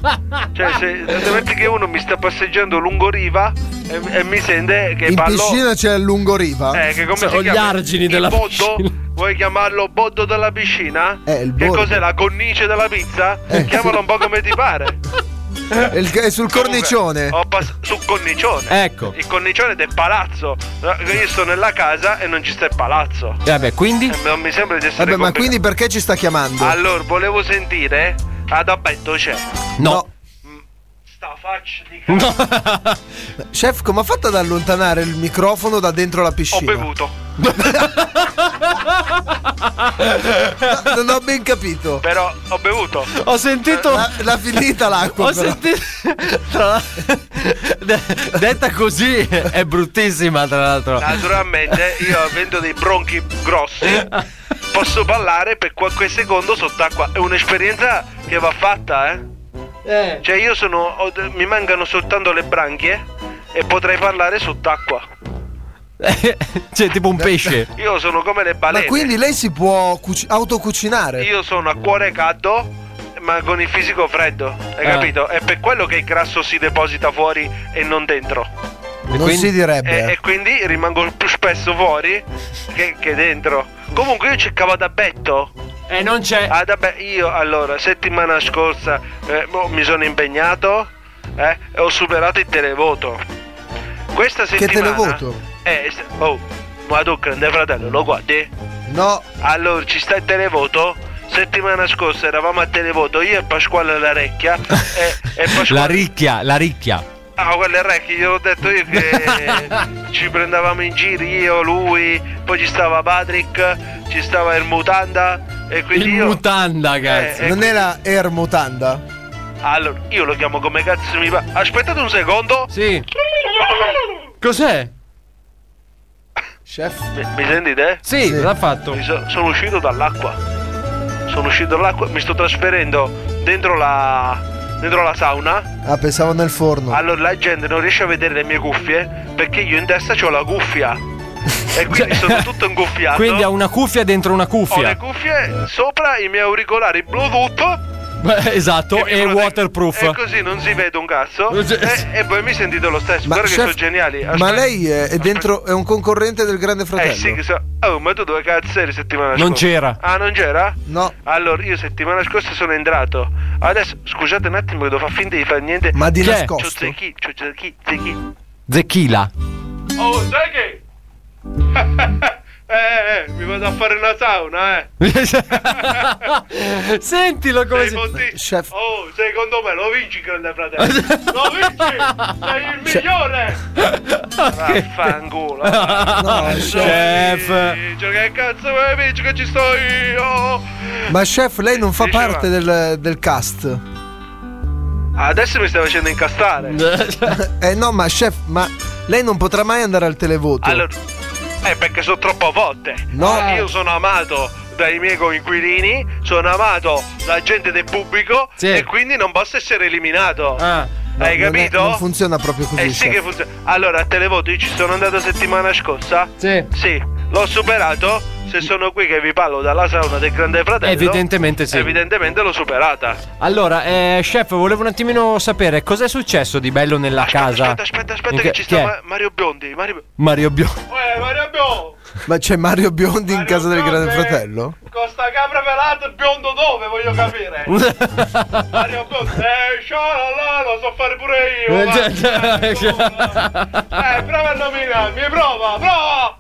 E: cioè, se, se metti che uno mi sta passeggiando lungo riva e, e mi sente che
U: In
E: parlo.
U: piscina c'è il lungoriva.
E: Eh, che come
I: Cioè,
E: si chiama? Il boddo? Vuoi chiamarlo boddo della piscina?
U: Eh, il Eh,
E: che
U: bordo.
E: cos'è la cornice della pizza? Chiamalo un po' come ti pare.
U: *laughs* Il- è sul cornicione.
E: Ho pass- sul cornicione.
U: Ecco.
E: Il cornicione del palazzo. Io sto nella casa e non ci sta il palazzo.
U: Eh,
E: Eh,
B: Vabbè, quindi?
E: non mi sembra di essere
U: Vabbè, ma
E: complicato.
U: quindi perché ci sta chiamando?
E: Allora, volevo sentire. Ad abbetto c'è.
B: No.
E: *laughs*
U: Chef, come ha fatto ad allontanare il microfono da dentro la piscina?
E: Ho bevuto.
U: *laughs* non ho ben capito.
E: Però ho bevuto.
U: Ho sentito. Eh, L'ha, l'ha finita l'acqua.
B: Ho
U: però.
B: sentito. *laughs* tra l'altro- de- detta così è bruttissima, tra l'altro.
E: Naturalmente io avendo dei bronchi grossi posso ballare per qualche secondo sott'acqua. È un'esperienza che va fatta, eh. Cioè io sono. ho- mi mancano soltanto le branchie e potrei parlare sott'acqua.
B: Cioè, tipo un pesce.
E: Io sono come le
U: Ma
E: balene.
U: quindi lei si può cuci- autocucinare?
E: Io sono a cuore caldo. Ma con il fisico freddo, hai
B: Eh.
U: Ah.
E: capito? È per quello che il grasso si deposita fuori e non dentro.
U: non si direbbe. eh.
E: E, e quindi rimango più spesso fuori che, che dentro. Comunque io cercavo ad abbetto.
B: E non c'è.
E: Ad abbe- io allora, settimana scorsa eh, boh, mi sono impegnato eh, e ho superato il televoto. Questa
U: Che
E: settimana...
U: televoto?
E: Eh, se- oh, ma tu grande fratello, lo guardi?
U: No.
E: Allora, ci sta il televoto? Settimana scorsa eravamo a televoto, io e Pasquale la
U: *laughs*
E: Recchia e, e Pasquale...
I: La ricchia, la ricchia.
E: Ah, quelle recchi, gliel'ho detto io
B: *laughs*
E: che ci prendevamo in giro io, lui, poi ci stava Patrick, ci stava il Mutanda e quindi io... Eh,
B: mutanda,
E: cazzo.
U: non era Air Mutanda?
E: Allora, io lo chiamo come cazzo mi va. Aspettate un secondo.
B: Sì. Cos'è?
U: Chef.
E: Mi, mi sentite?
B: Sì, l'ha fatto.
E: sono uscito dall'acqua. Sono uscito dall'acqua, mi sto trasferendo dentro la... dentro la sauna.
U: Ah, pensavo nel forno.
E: Allora la gente non riesce a vedere le mie cuffie perché io in testa ho la cuffia. e quindi sono tutto inguffiato.
B: Quindi ha una cuffia dentro una
E: Ho
B: cuffia.
E: le cuffie sopra i miei auricolari Bluetooth.
B: Beh, esatto,
E: che mi
B: e
E: proteggo-
B: waterproof.
E: E così non si vede un cazzo. E, e poi mi sentite lo stesso.
U: Ma,
E: Guarda
U: chef,
E: che sono geniali.
U: ma
E: Aspetta-
U: lei è, è dentro, è un concorrente del Grande Fratello.
E: Eh sì, che so- Oh, ma tu dove cazzo eri settimana scorsa?
U: Non c'era.
E: Ah, non c'era?
U: No.
E: Allora, io settimana scorsa sono entrato. Adesso, scusate un attimo che devo far finta di fare niente.
B: Ma di
E: C'è-
B: nascosto?
E: C'ho zecchi, c'ho zecchi, zecchi.
B: Zecchila.
E: Oh, sai che? *laughs* eh, eh, mi vado a fare una sauna, eh.
B: Sentilo come
E: Sei fortissimo. Oh, secondo me lo vinci, grande fratello. lo vinci! Sei il migliore! Vaffanculo.
U: No, chef.
E: Gioca cioè, che cazzo vuoi vinci che ci sto io?
U: Ma chef, lei non fa
E: Diceva.
U: parte del,
E: *laughs*
U: del cast.
E: Adesso mi stai facendo incastrare.
U: eh no, ma chef, ma lei non potrà mai andare al televoto.
E: Allora, eh, perché sono troppo volte.
U: No.
E: Ah, Io sono amato dai miei coinquilini, sono amato da gente del pubblico e quindi non posso essere eliminato.
U: No,
E: Hai
U: non è-
E: capito?
U: Non funziona proprio così.
E: Eh sì
U: chef.
E: che funziona. Allora, a televoto io ci sono andato settimana scorsa. Sì. l'ho superato. Se sono qui che vi parlo dalla sauna del Grande Fratello.
B: Evidentemente sì.
E: Evidentemente l'ho superata.
B: Allora, eh, chef, volevo un attimino sapere cos'è successo di bello nella casa.
E: Aspetta, aspetta
B: In
E: che,
B: che-
E: ci
B: chi
E: sta
B: è?
E: Ma- Mario Biondi. Mario...
B: Mario Biondi.
E: Eh, Mario Biondi.
U: Ma c'è Mario Biondi in casa del Grande Fratello?
E: Con sta capra pelata il biondo dove voglio capire? Mario Biondi. Eh, scialala, lo so fare pure io. va.
B: Cioè,
E: Eh, prova a nominarmi, prova, prova!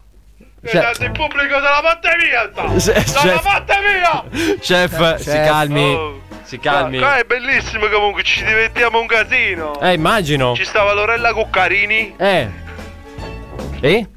E: Che
B: Cioè-
E: tanto il pubblico se la batte via! sta.
B: *laughs* Se-
E: Se la
B: chef-
E: batte via!
I: *laughs*
B: Chef, si calmi. Si calmi.
E: Oh. Qua è bellissimo comunque, ci divertiamo un casino!
B: Eh, immagino.
E: Ci stava Lorella Cuccarini
B: Eh.
I: *laughs*
B: E?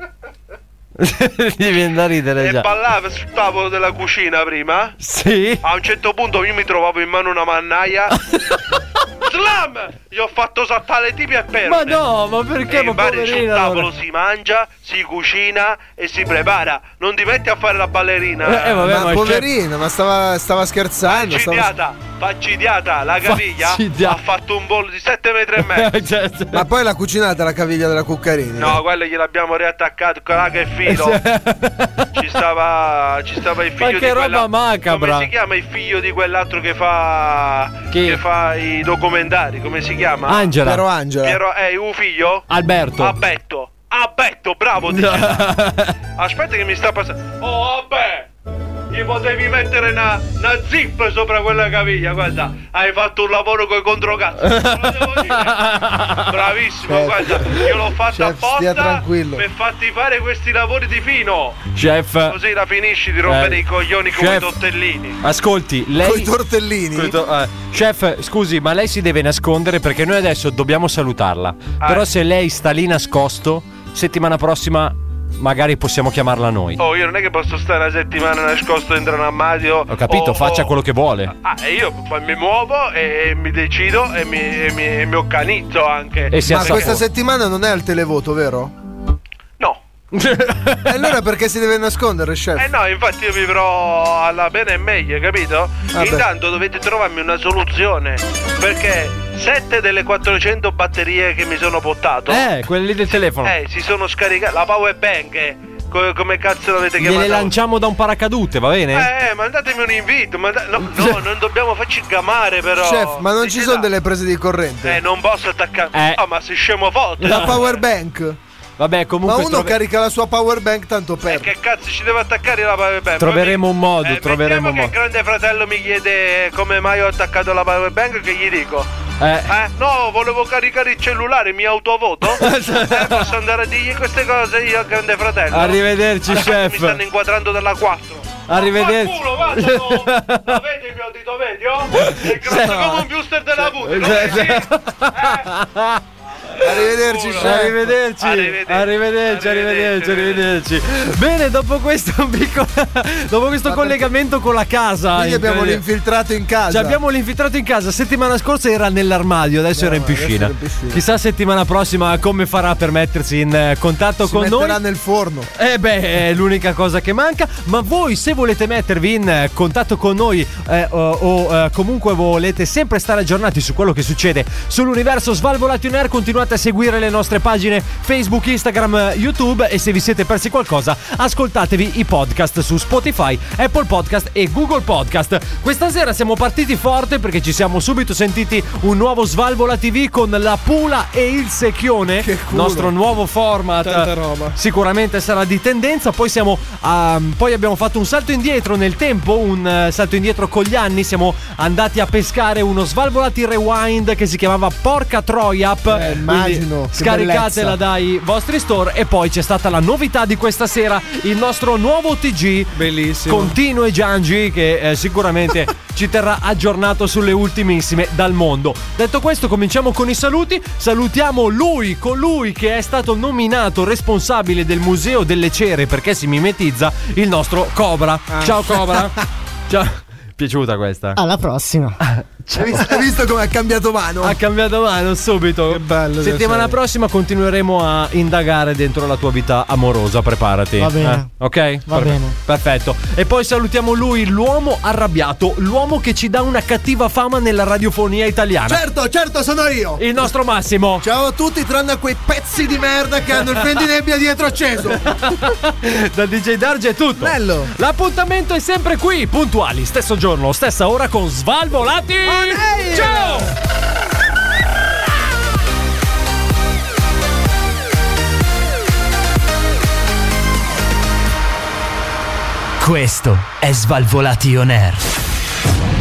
B: Devi andare a ridere
E: e
B: già.
E: ballava sul tavolo della cucina prima.
B: Sì.
E: A un certo punto io mi trovavo in mano una
B: *laughs*
E: mannaia. Slam! Gli ho fatto saltare i tipi e perne.
B: Ma no, ma perché?
E: E
B: Ma
E: in bar sul
B: poverina,
E: tavolo
B: allora.
E: si mangia, si cucina e si prepara. Non ti metti a fare la
B: Eh,
E: ballerina.
U: ma, poverino, ma stava, stava scherzando. Stava...
E: Faccidiata, faccidiata, la caviglia
U: Faccidiata.
E: ha fatto un volo di 7 metri e mezzo.
B: *laughs*
E: *laughs*
B: Cioè,
U: Ma poi l'ha cucinata la caviglia della Cuccarini.
E: No, quello gliel'abbiamo riattaccato, là che
U: *laughs*
E: fido. Ci stava, ci stava il
U: Ma
E: figlio
U: che
E: di
U: roba
E: quella...
U: macabra.
E: Come si chiama il figlio di quell'altro che fa che fa i documentari, come si chiama?
U: Angela. Certo. Piero Angela.
E: Piero è un figlio?
B: Alberto.
E: Abbetto.
U: *laughs*
E: Abbetto, bravo. ti- Aspetta che mi sta passando. Oh, vabbè. gli potevi mettere una, una zip sopra quella caviglia, guarda, hai fatto un lavoro coi controcazzo. Te lo devo dire.
U: *laughs*
E: Bravissimo,
I: Certo.
E: guarda,
U: Eh.
E: io l'ho fatto
I: Chef, stia
E: apposta
I: tranquillo.
E: per farti fare questi lavori di fino.
I: Chef.
E: Così la finisci di rompere
I: Eh.
E: i coglioni come i
I: Chef.
E: tortellini.
I: Ascolti, lei.
E: Coi
I: tortellini. chef, scusi, ma lei si deve nascondere perché noi adesso dobbiamo salutarla.
E: Ah.
I: Però se lei sta lì nascosto, settimana prossima magari possiamo chiamarla noi.
E: Oh, io non è che posso stare una settimana nascosto dentro un armadio.
I: Ho capito, faccia quello che vuole.
E: Oh, Ah, e io poi mi muovo e, e mi decido e mi, e mi- e mi organizzo anche.
U: Ma
E: Perché-
U: questa settimana non è al televoto, vero?
E: No.
U: *laughs* e allora perché si deve nascondere, chef?
E: Eh no, infatti io vivrò alla bene e meglio, capito?
U: Vabbè.
E: Intanto dovete trovarmi una soluzione. Perché 7 delle 400 batterie che mi sono portato.
I: Eh, quelle lì del telefono.
E: eh, si sono scaricate. La power bank. eh, co- come cazzo l'avete
I: Gliele
E: chiamata?
I: lanciamo da un paracadute, va bene?
E: Eh, mandatemi un invito. manda- no, no, non dobbiamo farci gamare, però.
U: Chef, ma non ci sono delle prese
E: *laughs*
U: di corrente.
E: Eh, non posso attaccare. Oh, ma sei scemo forte. eh,
U: La power bank.
I: Vabbè, comunque
U: Ma uno
I: trove-
U: carica la sua power bank tanto per.
E: Eh, Che cazzo ci deve attaccare la power bank?
I: Troveremo un modo,
E: Eh,
I: troveremo un
E: Che il
I: modo.
E: grande fratello mi chiede come mai ho attaccato la power bank, che gli dico? Eh, no, volevo caricare il cellulare, mi autovoto? eh, posso andare a dirgli queste cose io al grande fratello?
I: Arrivederci,
E: Adesso
I: chef.
E: Mi stanno inquadrando dalla 4.
I: Arrivederci.
E: Culo, vado! Lo vedi il mio dito, vedi? Oh? È grosso come un booster della puta. lo
I: *laughs*
E: vedi?
U: Arrivederci,
I: Culo.
U: chef.
I: arrivederci, arrivederci, arrivederci, arrivederci, Bene, dopo questo piccolo, *laughs* dopo questo collegamento con la casa,
U: Quindi abbiamo
I: incredibile.
U: l'infiltrato in casa.
I: Cioè, abbiamo l'infiltrato in casa. Settimana scorsa era nell'armadio, adesso era in piscina. Chissà settimana prossima come farà per mettersi in eh, contatto
U: Si
I: con noi.
U: metterà nel forno.
I: Eh beh, è l'unica cosa che manca, ma voi se volete mettervi in eh, contatto con noi eh, o, o, eh, comunque volete sempre stare aggiornati su quello che succede sull'universo Svalvolati on Air, continuate a seguire le nostre pagine Facebook, Instagram, eh, YouTube e se vi siete persi qualcosa ascoltatevi i podcast su Spotify, Apple Podcast e Google Podcast. Questa sera siamo partiti forte perché ci siamo subito sentiti un nuovo Svalvola TV con la Pula e il Secchione, nostro nuovo format.
U: Tanta roba.
I: Sicuramente sarà di tendenza. Poi, siamo, ehm, poi abbiamo fatto un salto indietro nel tempo, un eh, salto indietro con gli anni. Siamo andati a pescare uno Svalvolati Rewind che si chiamava Porca Troia App.
U: Eh, immagino, che
I: Scaricatela
U: bellezza.
I: dai vostri store. E poi c'è stata la novità di questa sera, il nostro nuovo TG.
U: Bellissimo.
I: Contino e Giangi che eh,
U: *laughs*
I: sicuramente ci terrà aggiornato sulle ultimissime dal mondo. Detto questo cominciamo con i saluti, salutiamo lui, colui che è stato nominato responsabile del Museo delle Cere perché si mimetizza, il nostro Cobra.
U: Ah.
I: Ciao
U: *laughs*
I: Cobra. Ciao. Piaciuta questa?
J: Alla prossima.
U: Hai visto, hai visto come ha cambiato mano?
I: Ha cambiato mano subito. Che bello. Settimana prossima continueremo a indagare dentro la tua vita amorosa, preparati.
J: Va bene.
I: Eh? Ok?
J: Va bene.
I: Perfetto. E poi salutiamo lui, l'uomo arrabbiato, l'uomo che ci dà una cattiva fama nella radiofonia italiana. *laughs*
U: Certo, certo, sono io.
I: Il nostro Massimo.
U: Ciao a tutti, tranne a quei pezzi di merda che
I: *laughs*
U: hanno il fendinebbia dietro acceso.
I: Dal DJ Darge è tutto.
U: Bello.
I: L'appuntamento è sempre qui, puntuali, stesso giorno, stessa ora con Svalvolati. Ciao!
A: Questo è Svalvolation Air.